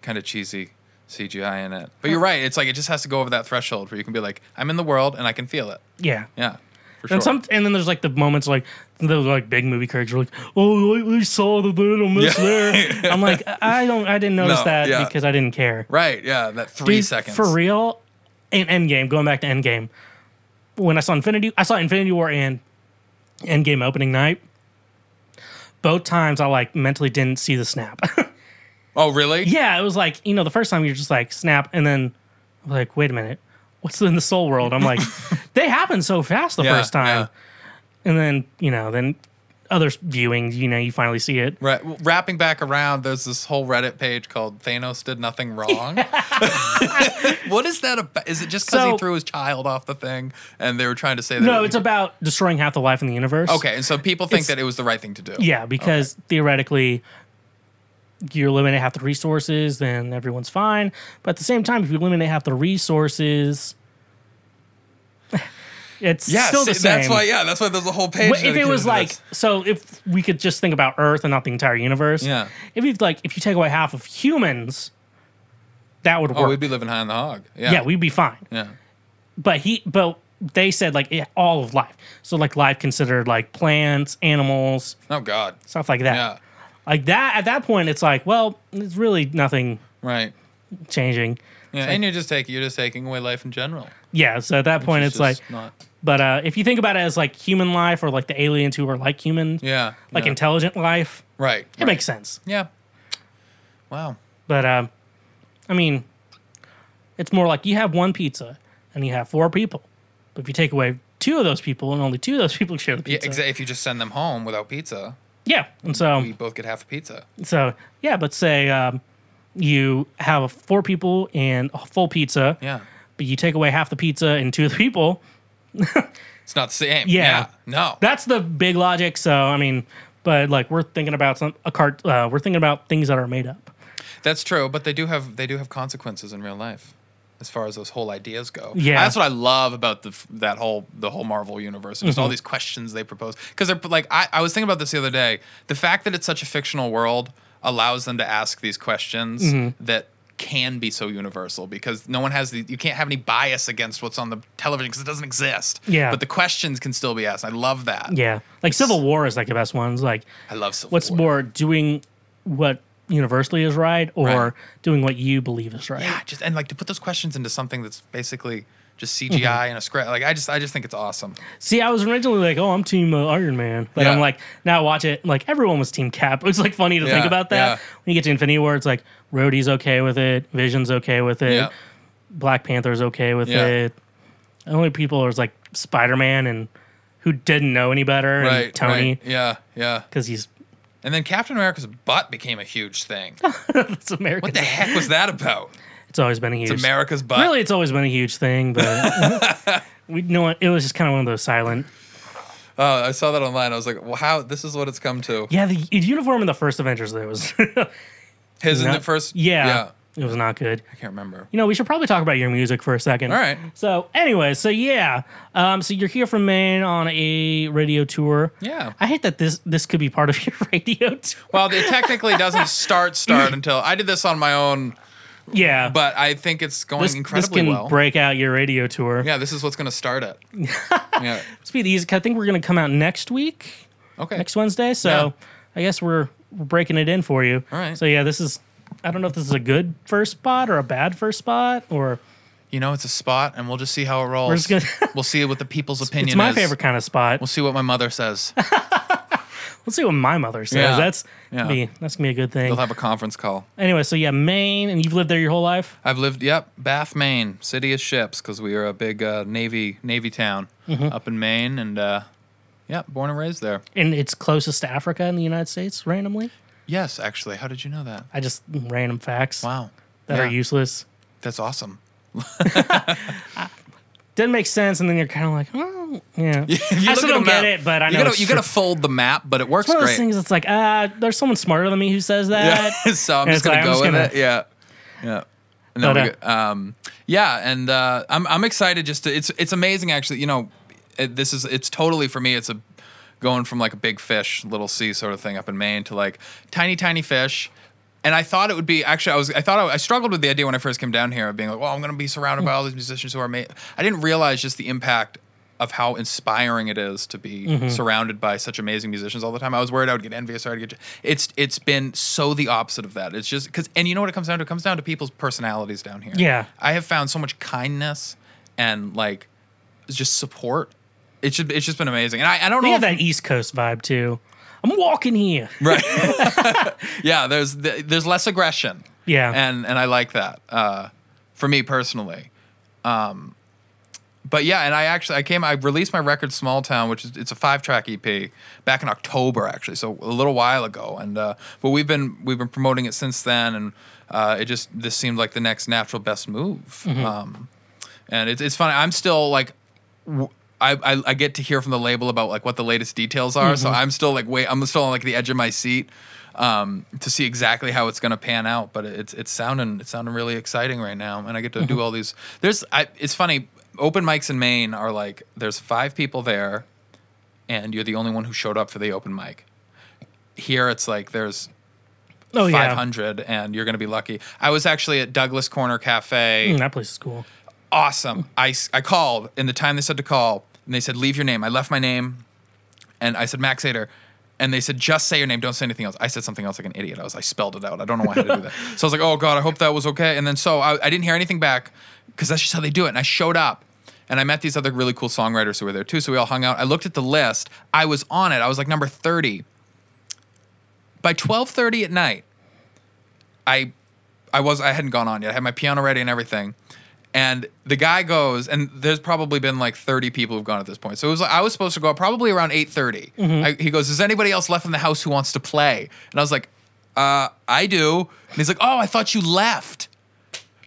kind of cheesy CGI in it. But you're right. It's like it just has to go over that threshold where you can be like, I'm in the world and I can feel it. Yeah. Yeah, for sure. And some, and then there's like the moments like those like big movie critics are like, oh, I I saw the little miss Yeah. *laughs* there. I'm like, I don't, I didn't notice No, that yeah. because I didn't care. right. Yeah, that three Dude, seconds. for real. In Endgame, going back to Endgame, when I saw Infinity, I saw Infinity War and Endgame opening night. Both times, I like mentally didn't see the snap. *laughs* Oh, really? yeah, it was like you know the first time you're just like snap, and then I'm like wait a minute, what's in the soul world? *laughs* I'm like, they happen so fast the Yeah, first time, yeah. and then you know then other viewings, you know you finally see it. Right. Well, wrapping back around, there's this whole Reddit page called Thanos Did Nothing Wrong. *laughs* what is that about? Is it just because So- he threw his child off the thing and they were trying to say that? No, it- it's about destroying half the life in the universe. Okay, and so people think it's- that it was the right thing to do. Yeah, because theoretically, you eliminate half the resources, then everyone's fine. But at the same time, if you eliminate half the resources, *laughs* it's Yeah, still see, the same. that's why. Yeah, that's why there's a whole page. But if it dedicated was to like this. so, if we could just think about Earth and not the entire universe, Yeah. If you like, if you take away half of humans, that would work. oh, we'd be living high on the hog. Yeah, yeah, we'd be fine yeah, but he but they said like it, all of life so like life considered like plants animals oh god, stuff like that yeah, like that at that point it's like well it's really nothing right, changing yeah, and you're just taking you're just taking away life in general. yeah so at that point it's, like just not, but uh if you think about it as like human life or like the aliens who are like human yeah, like yeah. intelligent life right, it makes sense yeah, wow, but um i mean it's more like you have one pizza and you have four people but if you take away two of those people and only two of those *laughs* people share the yeah, pizza exa- if you just send them home without pizza, yeah and so we both get half a pizza. So yeah, but say um, you have four people and a full pizza, Yeah, but you take away half the pizza and two of the people. it's not the same. Yeah. no, That's the big logic. So I mean, but like we're thinking about some a cart. Uh, we're thinking about things that are made up. that's true. But they do have they do have consequences in real life. As far as those whole ideas go, Yeah. that's what I love about the f- that whole the whole Marvel universe. Just all Mm-hmm. these questions they propose because they're like I, I was thinking about this the other day. The fact that it's such a fictional world allows them to ask these questions Mm-hmm. that can be so universal because no one has the you can't have any bias against what's on the television because it doesn't exist. Yeah. but the questions can still be asked. I love that. Yeah, like Civil War is like the best ones. Like I love Civil what's War. more, doing what universally is right or Right. doing what you believe is right? yeah, just and like to put those questions into something that's basically just Mm-hmm. CGI and a script. Like I just I just think it's awesome. See, I was originally like, oh, I'm Team uh, Iron Man. But Yeah. I'm like, now I watch it, like, everyone was Team Cap. It's like funny to think Yeah, about yeah. that. When you get to Infinity War, it's like, Rhodey's okay with it, Vision's okay with it, Yeah. Black Panther's okay with Yeah. it. The only people are like Spider Man and who didn't know any better, Right. and Tony, right. Yeah, yeah. because he's *laughs* And then Captain America's butt became a huge thing. Oh, it's American. What the heck was that about? It's always been a huge It's America's butt. Really, it's always been a huge thing, but *laughs* we know it, it was just kind of one of those silent. Oh, I saw that online. I was like, well, how this is what it's come to. Yeah, the uniform in the first Avengers, though, was. *laughs* His in not- the first yeah. It was not good. I can't remember. you know, we should probably talk about your music for a second. All right. So, anyway, so yeah, um, so you're here from Maine on a radio tour. Yeah. I hate that this this could be part of your *laughs* radio tour. *laughs* Well, it technically doesn't start start until I did this on my own Yeah, But I think it's going this, this incredibly can well. break out your radio tour. yeah, this is what's going to start *laughs* it. yeah. Speed these. I think we're gonna come out next week, Okay. next Wednesday. So I guess we're, we're breaking it in for you. All right. So yeah, this is. I don't know if this is a good first spot or a bad first spot or You know, it's a spot, and we'll just see how it rolls. just gonna- *laughs* we'll see what the people's opinion it's my is. favorite kind of spot. We'll see what my *laughs* mother says. Let's see what my mother says. Yeah. That's Yeah. be that's gonna be a good thing. They'll have a conference call. anyway, so yeah, Maine, and you've lived there your whole life. I've lived, yep, Bath, Maine, city of ships, because we are a big uh, navy navy town Mm-hmm. up in Maine, and uh, yeah, born and raised there. and it's closest to Africa in the United States randomly. Yes, actually, how did you know that? I just random facts Wow, that are Yeah. useless. That's awesome. Didn't make sense, and then you're kind of like, oh, yeah. *laughs* If *laughs* you I look still at a don't get map- it, but I know you gotta, it's you true. gotta fold the map, but it works It's one of those great. things that's like, uh, there's someone smarter than me who says that. *laughs* Yeah. so I'm And it's just gonna like, I'm go just with gonna- it. Yeah. Yeah. And then But, we uh, go- um, yeah, and uh, I'm I'm excited. Just to, it's it's amazing actually. You know, it, this is it's totally for me. It's a going from like a big fish, little sea sort of thing up in Maine to like tiny tiny fish. And I thought it would be actually I was I thought I, I struggled with the idea when I first came down here of being like, well, I'm gonna be surrounded by all these musicians who are made. I didn't realize just the impact of how inspiring it is to be Mm-hmm. surrounded by such amazing musicians all the time. I was worried I would get envious. Or I'd get it's it's been so the opposite of that. It's just because and you know what it comes down to? It comes down to people's personalities down here. Yeah. I have found so much kindness and like just support. It's just it's just been amazing. And I, I don't They know have if- that East Coast vibe too. I'm walking here. *laughs* yeah there's th- there's less aggression Yeah. and and i like that uh for me personally um but yeah and i actually i came i released my record small town which is it's a five track ep back in october actually so a little while ago and uh but we've been we've been promoting it since then and uh it just this seemed like the next natural best move um and it's it's funny i'm still like I, I, I get to hear from the label about like what the latest details are. So I'm still like wait, I'm still on like the edge of my seat um, to see exactly how it's gonna pan out. But it's it's sounding it's sounding really exciting right now, and I get to Mm-hmm. do all these. There's I, it's funny. Open mics in Maine are like there's five people there, and you're the only one who showed up for the open mic. Here it's like there's Oh yeah, 500, and you're gonna be lucky. I was actually at Douglas Corner Cafe Mm, that place is cool. awesome. I, I called in the time they said to call, and they said, leave your name. I left my name, and I said, Max Ader. And they said, just say your name. Don't say anything else. I said something else like an idiot. I was, I spelled it out. I don't know why I had to do that. so I was like, oh God, I hope that was okay. And then so I, I didn't hear anything back because that's just how they do it. And I showed up and I met these other really cool songwriters who were there too. So we all hung out. I looked at the list. I was on it. I was like number 30. By 12:30 at night, I I was I hadn't gone on yet. I had my piano ready and everything. And the guy goes, and there's probably been like 30 people who've gone at this point. So it was like I was supposed to go out probably around 8:30. I, he goes, "Is anybody else left in the house who wants to play?" And I was like, "Uh, I do." And he's like, "Oh, I thought you left."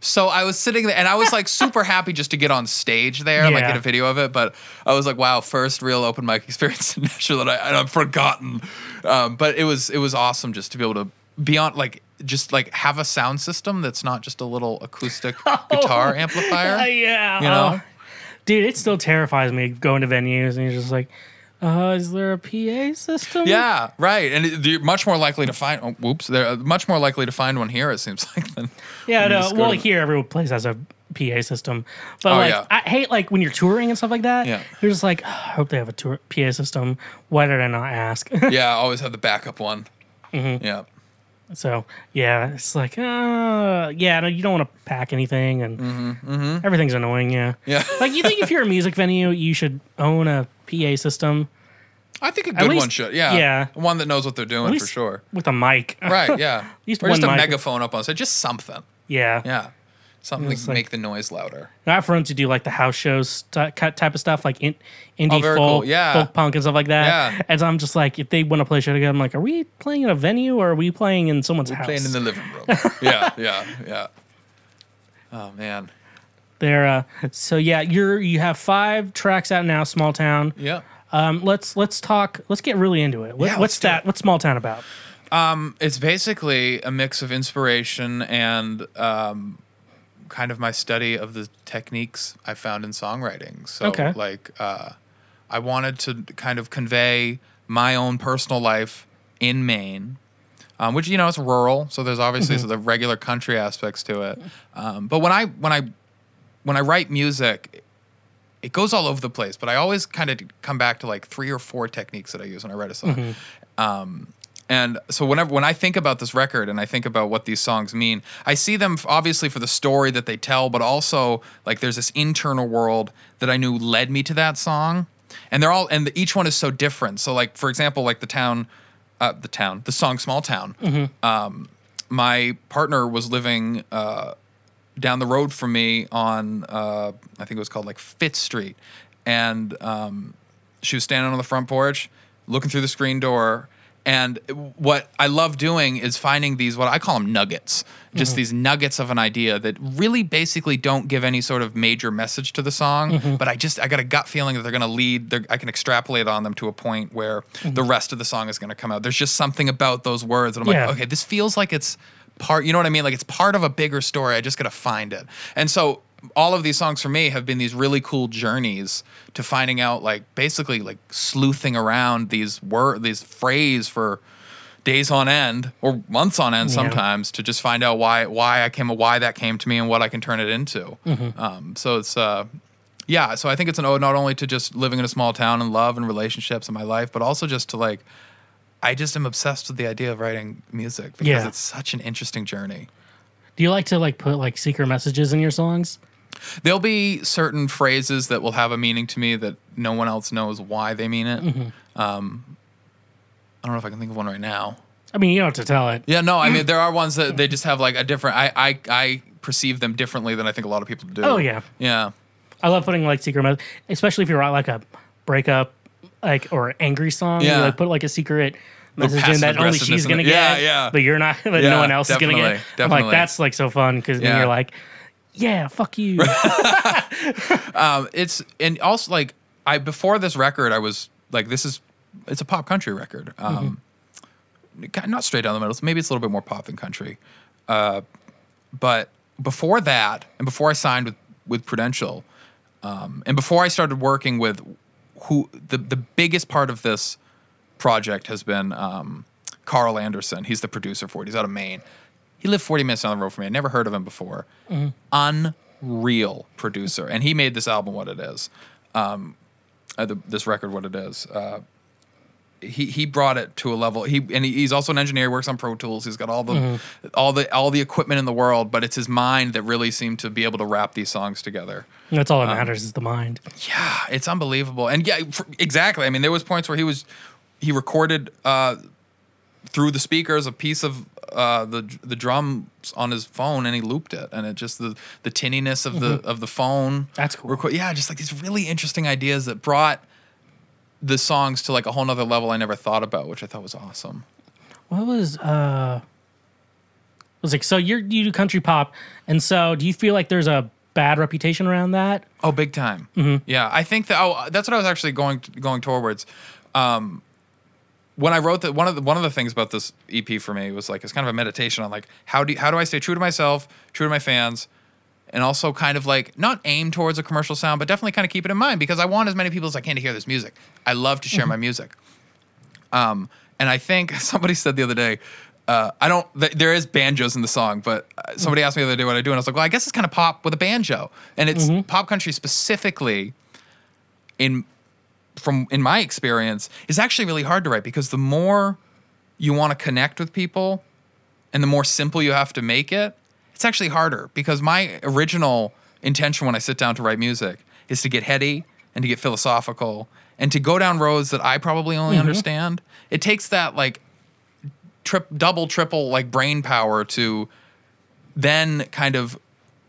So I was sitting there, and I was like super happy just to get on stage there, like Yeah. get a video of it. But I was like, "Wow, first real open mic *laughs* experience in Nashville that I, and I've forgotten." Um, but it was it was awesome just to be able to beyond like just like have a sound system that's not just a little *laughs* acoustic Oh. guitar amplifier. Uh, yeah, You know? Oh. dude, it still terrifies me going to venues and you're just like, uh, is there a PA system? Yeah, right. And it, you're much more likely to find. Oh, whoops, they're much more likely to find one here. It seems *laughs* *laughs* like than Yeah, when you no. just go Well, to- here every place has a PA system, but Oh, like yeah. I hate like when you're touring and stuff like that. Yeah. You're just like, "Ugh, I hope they have a tour- PA system. Why did I not ask? *laughs* yeah, I always have the backup one. Mm-hmm. Yeah, so yeah, it's like, uh, yeah, no, you don't want to pack anything, and everything's annoying. Yeah, Mm-hmm, yeah. *laughs* like you think if you're a music venue, you should own a PA system I think a good one least- should. Yeah, yeah. one that knows what they're doing At for least sure. with a mic. Right. Yeah. least or just a one mic. megaphone up on stage. Just something. *laughs* yeah. Yeah. Something to like- make the noise louder. Now, I've run to do like the house shows st- cut- type of stuff, like in, indie Oh, very folk, cool. Yeah. folk punk and stuff like that. Yeah. And so I'm just like, if they want to play shit again, I'm like, are we playing in a venue or are we playing in someone's house? Playing in the living room. *laughs* yeah. Yeah. Yeah. Oh man. They're, uh, so yeah, you're you have five tracks out now, Small Town. Yeah. Um, let's let's talk. Let's get really into it. What, Yeah, what's let's do that? it. What's Small Town about? It's basically a mix of inspiration and um, kind of my study of the techniques I found in songwriting. So Okay. like uh, I wanted to kind of convey my own personal life in Maine um, which you know it's rural, so there's obviously the regular country aspects to it. Um, but when I when I when I write music, it goes all over the place. But I always kind of come back to like three or four techniques that I use when I write a song. Um, and so whenever when I think about this record and I think about what these songs mean, I see them f- obviously for the story that they tell, but also like there's this internal world that I knew led me to that song. And they're all and each one is so different. So like for example, like the town, uh, the town, the song "Small Town." Um, my partner was living uh, down the road from me on uh, I think it was called like Fifth Street, and um, she was standing on the front porch, looking through the screen door. And what I love doing is finding these what I call them nuggets, just these nuggets of an idea that really basically don't give any sort of major message to the song, but I just I got a gut feeling that they're going to lead. They're, I can extrapolate on them to a point where the rest of the song is going to come out. There's just something about those words, and I'm Yeah. like, okay, this feels like it's part you know what i mean like it's part of a bigger story i just gotta find it and so all of these songs for me have been these really cool journeys to finding out like basically like sleuthing around these word these phrase for days on end or months on end sometimes to just find out why why i came why that came to me and what i can turn it into um, so it's uh yeah so i think it's an ode not only to just living in a small town and love and relationships in my life but also just to like I just am obsessed with the idea of writing music because Yeah. it's such an interesting journey. Do you like to like put like secret messages in your songs? There'll be certain phrases that will have a meaning to me that no one else knows why they mean it. Um, Mm-hmm. I don't know if I can think of one right now. I mean, you don't have to tell it. Yeah, no, I mean there are ones that they just have like a different. I I, I perceive them differently than I think a lot of people do. Oh, yeah. yeah. I love putting like secret messages, especially if you write like a breakup, like or angry song. You, Yeah. like put like a secret message in passive that only aggressiveness she's in gonna it. get. Yeah, yeah. But you're not. *laughs* That no Yeah, one else is gonna get. I'm definitely, like definitely. that's like so fun because then Yeah. you're like, yeah, fuck *laughs* you. Um, it's and also like I before this record, I was like, this is it's a pop country record. Um, ki- not straight down the middle. so Maybe it's a little bit more pop than country. Uh, but before that, and before I signed with with Prudential, um, and before I started working with who the the biggest part of this project has been um, Carl Anderson. He's the producer for it. He's out of Maine. He lived 40 minutes down the road from me. I never heard of him before. Unreal producer, and he made this album what it is. Um, uh, the, this record what it is. Uh, he he brought it to a level. He and he, he's also an engineer. He works on Pro Tools. He's got all the all the all the equipment in the world, but it's his mind that really seemed to be able to wrap these songs together. that's all that Um, matters is the mind. Yeah, *sighs* it's unbelievable. And yeah, f exactly. I mean, there was points where he was he recorded uh, through the speakers a piece of uh, the the drums on his phone, and he looped it, and it just the the tinniness of the of the phone. Mm-hmm. That's cool. Reco- yeah, just like these really interesting ideas that brought the songs to like a whole nother level I never thought about, which I thought was awesome. What was uh? I was like, so you're you do country pop, and so do you feel like there's a bad reputation around that? Oh, big time. Yeah, I think that. Oh, that's what I was actually going going towards. Um, when I wrote that, one of the one of the things about this EP for me was like it's kind of a meditation on like how do how do I stay true to myself, true to my fans, and also kind of like not aim towards a commercial sound, but definitely kind of keep it in mind because I want as many people as I can to hear this music. I love to share my music. Um, and I think *laughs* somebody said the other day, uh, I don't. Th- there is banjos in the song, but uh, somebody asked me the other day what I do, and I was like, well, I guess it's kind of pop with a banjo, and it's pop country specifically. In from in my experience, is actually really hard to write because the more you want to connect with people, and the more simple you have to make it, it's actually harder because my original intention when I sit down to write music is to get heady and to get philosophical and to go down roads that I probably only understand. It takes that like trip, double, triple like brain power to then kind of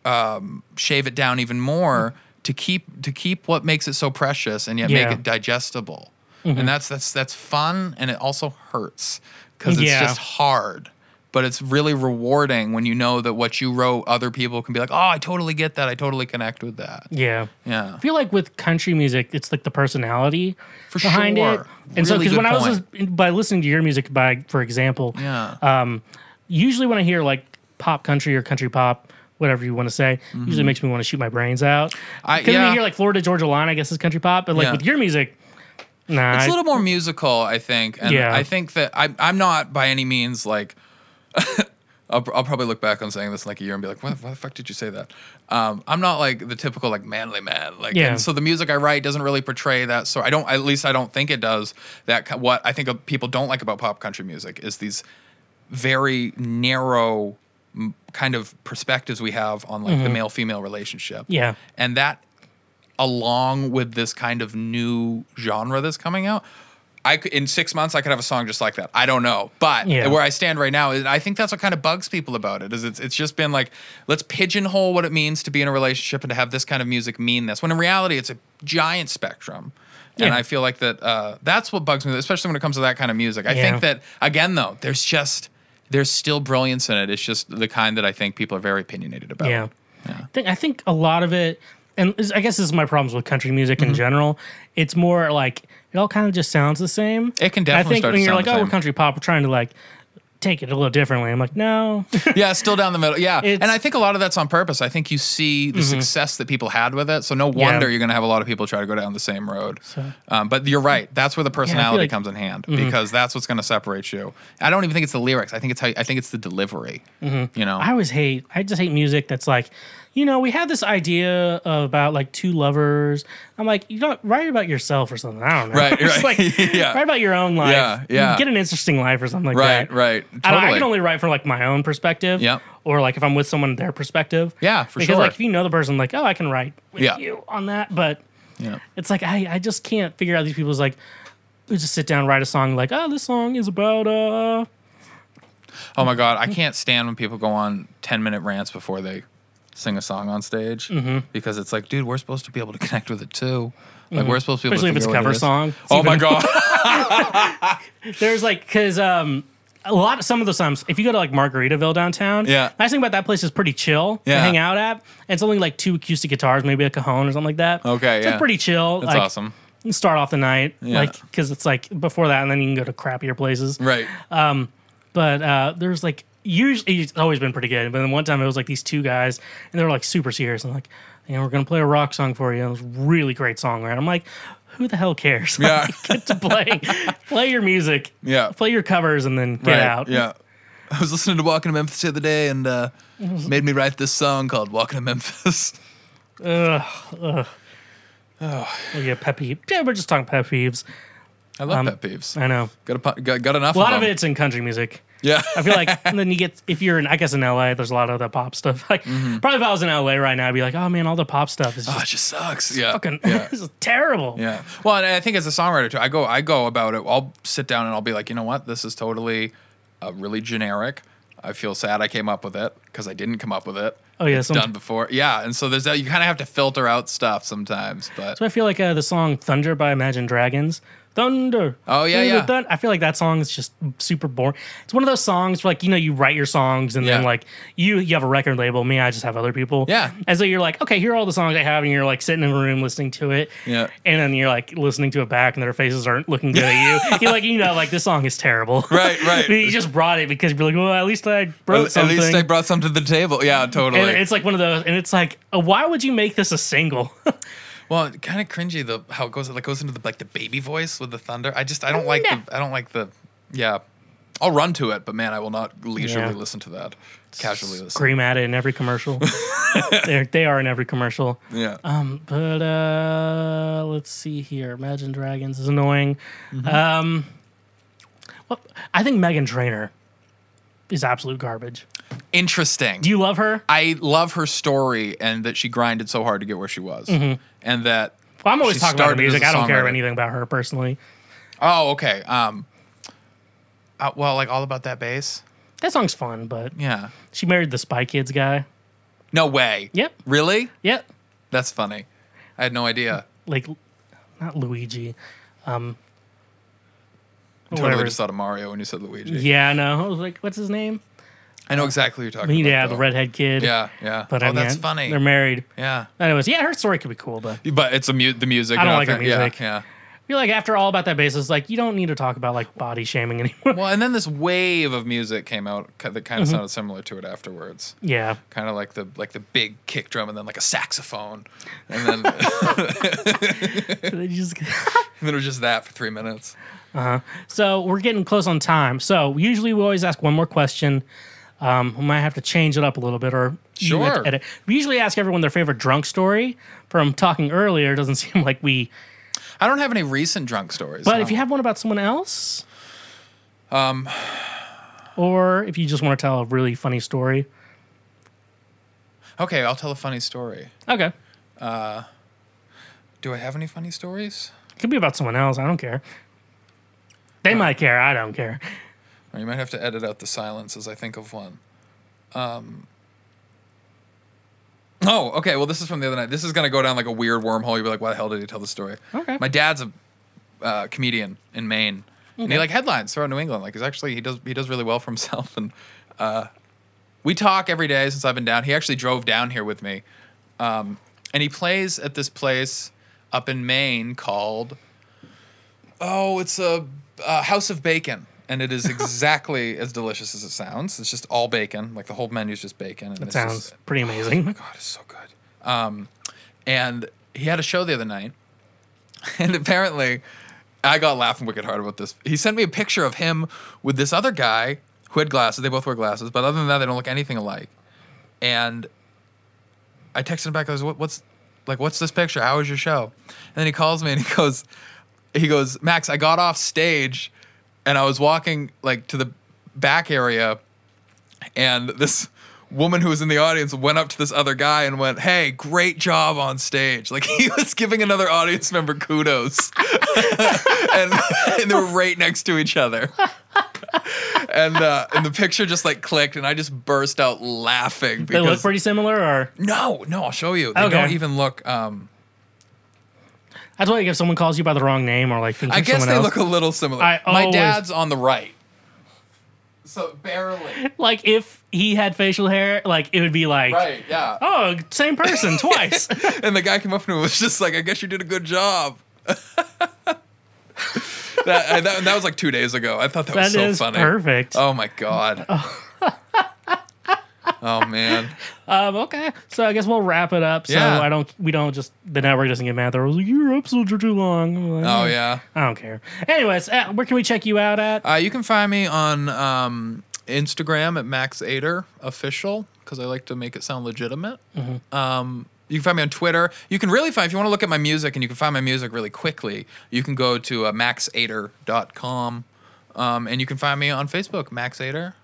um, shave it down even more to keep to keep what makes it so precious and yet Yeah. make it digestible. And that's that's that's fun and it also hurts because it's Yeah. just hard. But it's really rewarding when you know that what you wrote, other people can be like, "Oh, I totally get that. I totally connect with that." Yeah. Yeah, I feel like with country music, it's like the personality For behind it. sure. And so, Really because when good I was by listening to your music, by for example, yeah, usually when I hear like pop country or country pop, whatever you want to say, usually makes me want to shoot my brains out. Mm-hmm. I- Because when you yeah. hear like Florida Georgia Line, I guess is country pop, but like Yeah. with your music, Nah, it's I- a little more musical, I think. And Yeah. I think that I, I'm not by any means like. *laughs* I'll, pr- I'll probably look back on saying this in like a year and be like, why, the- why the fuck did you say that? Um, I'm not like the typical like manly man. Like, Yeah. and so the music I write doesn't really portray that. So I don't, at least I don't think it does. That ki- what I think of people don't like about pop country music is these very narrow m- kind of perspectives we have on like the male female relationship. Mm-hmm. Yeah. And that along with this kind of new genre that's coming out, I could, in 6 months I could have a song just like that. I don't know. But Yeah. where I stand right now is I think that's what kind of bugs people about it is it's it's just been like let's pigeonhole what it means to be in a relationship and to have this kind of music mean this. When in reality it's a giant spectrum. And Yeah. I feel like that uh, that's what bugs me, especially when it comes to that kind of music. I Yeah. think that again though, there's just there's still brilliance in it. It's just the kind that I think people are very opinionated about. Yeah. Oh. I think I think a lot of it, and this- I guess this is my problems with country music Mm-hmm. in general. It's more like it all kind of just sounds the same. It can I definitely think start when to you're sound like, the oh, we're same." country pop, we're trying to like take it a little differently. I'm like, *laughs* no, yeah, it's still down the middle. Yeah. It's- Mm-hmm. and I think a lot of that's on purpose. I think you see the success that people had with it. So no Yeah. wonder you're going to have a lot of people try to go down the same road. Um, but you're right. That's where the personality like- Mm-hmm. comes in hand because that's what's going to separate you. I don't even think it's the lyrics. I think it's how, I think it's the delivery. You know? Mm-hmm. I always hate. I just hate music that's like, you know, we had this idea about like two lovers. I'm like, you know, write about yourself or something. I don't know. *laughs* Right, Just, right. like, *laughs* Yeah. Write about your own life. Yeah, yeah. Get an interesting life or something like right, that. right. Totally. I don't- I, can only write from like my own perspective. Yep. Or like if I'm with someone, their perspective. Yeah, for because sure. like if you know the person, like oh, I can write with Yeah. you on that. But Yeah. it's like I, I just can't figure out these people's like who just sit down and write a song like oh this song is about uh Oh my Mm-hmm. god, I can't stand when people go on ten minute rants before they sing a song on stage Mm-hmm. because it's like, dude, we're supposed to be able to connect with it too. Like we're supposed to be able Mm-hmm. Especially if to it's a figure cover what it is. song. It's oh my even- *laughs* god, there's like because um a lot some of the times if you go to like Margaritaville downtown Yeah. nice thing about that place is pretty chill to Yeah. hang out at and it's only like two acoustic guitars maybe a cajon or something like that Okay, so it's yeah. pretty chill that's like, awesome. start off the night Yeah. like because it's like before that and then you can go to crappier places Right. uh, but uh there's like usually it's always been pretty good but then one time it was like these two guys and they were like super serious and like you know we're gonna play a rock song for you and it was a really great song right i'm like who the hell cares *laughs* Like, Yeah. get to play play your music Yeah. play your covers and then get right. out Yeah. I was listening to Walking to Memphis the other day and uh, Mm-hmm. made me write this song called Walking to Memphis. *laughs* We'll get pet peeve. Yeah, we're just talking pet peeves. I love pet peeves. I know. Got, a, pu- got, got enough Um, A lot of them. it's in country music. Yeah. I feel like, and then you get, if you're in, I guess in LA, there's a lot of the pop stuff. *laughs* Like, Mm-hmm. probably if I was in LA right now, I'd be like, oh man, all the pop stuff is *laughs* Oh, just it just sucks. Yeah. fucking, *laughs* Yeah. this is terrible. Yeah. Well, and I think as a songwriter too, I go I go about it. I'll sit down and I'll be like, you know what, this is totally uh, really generic. I feel sad I came up with it because I didn't come up with it. Oh, yeah, it's some- done before. Yeah, and so there's that. You kind of have to filter out stuff sometimes, but So I feel like uh, the song Thunder by Imagine Dragons. Thunder. Oh, yeah, thunder, yeah. thun- I feel like that song is just super boring. It's one of those songs where like you know you write your songs and then Yeah. like you you have a record label. Me, I just have other people. Yeah. And so you're like, okay, here are all the songs I have, and you're like sitting in a room listening to it. Yeah. And then you're like listening to it back, and their faces aren't looking good at *laughs* you. You're like, you know, like this song is terrible. Right, *laughs* right. you just brought it because you're like, well, at least I wrote at, at something. least I brought some to the table. Yeah, totally. and it's like one of those, and it's like, uh, why would you make this a single? *laughs* well, kind of cringy the how it goes. It like goes into the like the baby voice with the thunder. I just I don't like the I don't like the yeah. I'll run to it, but man, I will not leisurely Yeah. listen to that. Casually listen. scream at it in every *laughs* commercial. They're, they are in every commercial. Yeah. Um, but uh, let's see here. Imagine Dragons is annoying. Mm-hmm. Um, well, I think Megan Trainor is absolute garbage. Interesting. Do you love her? I love her story and that she grinded so hard to get where she was, Mm-hmm. and that. Well, I'm always She talking about her started as a music. I don't care songwriter. anything about her personally. Oh, okay. Um. uh, well, like all about that bass. That song's fun, but Yeah. she married the Spy Kids guy. No way. Yep. Really? Yep. That's funny. I had no idea. Like, not Luigi. Um, Totally whatever. just thought of Mario when you said Luigi. Yeah, I know. I was like, what's his name? I know exactly who you're talking about. Yeah, the though. redhead kid. Yeah, yeah. But oh, I mean, that's funny. They're married. Yeah. Anyways, yeah, her story could be cool, but But it's a mu- the music. I don't and like her everything. Yeah, music. Yeah, You're like after all about that basis, like you don't need to talk about like body shaming anymore. *laughs* Well, and then this wave of music came out ki- that Mm-hmm. kind of sounded similar to it afterwards. *laughs* yeah. Kind of like the like the big kick drum and then like a saxophone, and then *laughs* and They just- then it was just that for three minutes. *laughs* so we're getting close on time. So usually we always ask one more question. Um, we might have to change it up a little bit, or you have to Sure. edit. We usually ask everyone their favorite drunk story. From talking earlier, it doesn't *laughs* seem like we. I don't have any recent drunk stories. But no. if you have one about someone else, um, or if you just want to tell a really funny story, Um, okay, I'll tell a funny story. okay, Do I have any funny stories? it could be about someone else. I don't care. They might care. I don't care. Or you might have to edit out the silence as I think of one. Um, oh, okay. Well, this is from the other night. This is going to go down like a weird wormhole. You'll be like, why the hell did he tell the story? Okay. My dad's a uh, comedian in Maine. And he like headlines throughout New England. Like he's actually he does he does really well for himself. *laughs* And uh, we talk every day since I've been down. He actually drove down here with me, um, and he plays at this place up in Maine called Oh, it's a, uh house of bacon, and *laughs* it is exactly as delicious as it sounds. It's just all bacon, like the whole menu is just bacon. And That it's sounds just- pretty amazing. Oh God, it's so good. Um, and he had a show the other night, *laughs* and apparently, I got laughing wicked hard about this. He sent me a picture of him with this other guy who had glasses. They both wear glasses, but other than that, they don't look anything alike. And I texted him back. I was, what, "What's like? What's this picture? How was your show?" And then he calls me and he *laughs* goes, "He goes, Max, I got off stage, and I was walking like to the back area." and this woman who was in the audience went up to this other guy and went, "Hey, great job on stage!" Like *laughs* he was giving another audience member kudos, *laughs* and, and they were right next to each other. *laughs* And uh, and the picture just like clicked, and I just burst out laughing. They Because, look pretty similar, or no, no, I'll show you. They Okay. don't even look. Um, that's why like, if someone calls you by the wrong name or like thinks I you're guess someone they else, look a little similar. I My always- dad's on the right, so barely. like if he had facial hair, like it would be like, Right, yeah. oh, same *laughs* person twice. And the guy came up to me and was just like, I guess you did a good job. *laughs* that, I- that, that was like two days ago. I thought that, That was so is funny. perfect. Oh my *laughs* God. oh man. Um, okay, so I guess we'll wrap it up. So Yeah. I don't, we don't just the network doesn't get mad. They're like, you're up soldier too long. I'm like, Oh yeah. I don't care. Anyways, uh, where can we check you out at? Uh, you can find me on um, Instagram at Max Ader Official because I like to make it sound legitimate. Mm-hmm. Um, you can find me on Twitter. You can really find, if you want to look at my music and you can find my music really quickly, you can go to uh, maxader.com. Um, and you can find me on Facebook, Max Ader.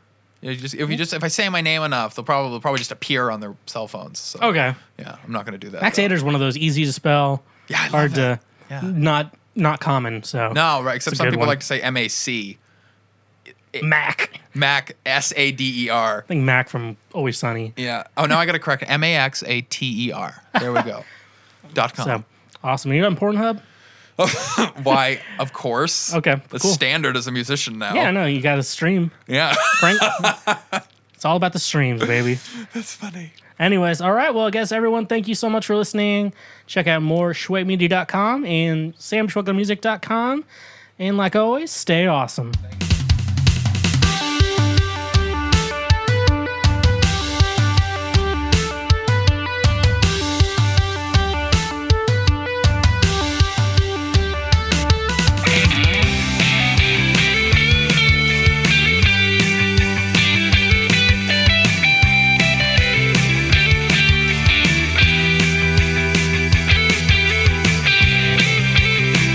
You just, if you just if I say my name enough, they'll probably they'll probably just appear on their cell phones. So, Okay, Yeah, I'm not gonna do that. Oh, Max though. Ader is one of those easy to spell, Yeah, I love hard to, that. Yeah. not not common. So No, right. Except a some good people one. like to say M A C, Mac. I Mac S A D E R. think Mac from Always Sunny. Yeah. Oh, now I got to correct. M A X A T E R. There we *laughs* go. Dot com. So awesome. Are you on Pornhub? Why? Of course. Okay, The cool. standard as a musician now. Yeah, I know you got to stream. Yeah. Frank. it's all about the streams, baby. That's funny. Anyways, all right. Well, I guess everyone, thank you so much for listening. Check out more ShwayMedia.com and SamShwaglerMusic.com. And like always, stay awesome. Now this is podcast.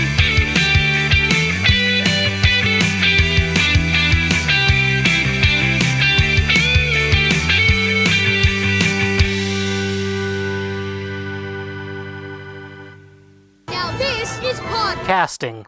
Casting.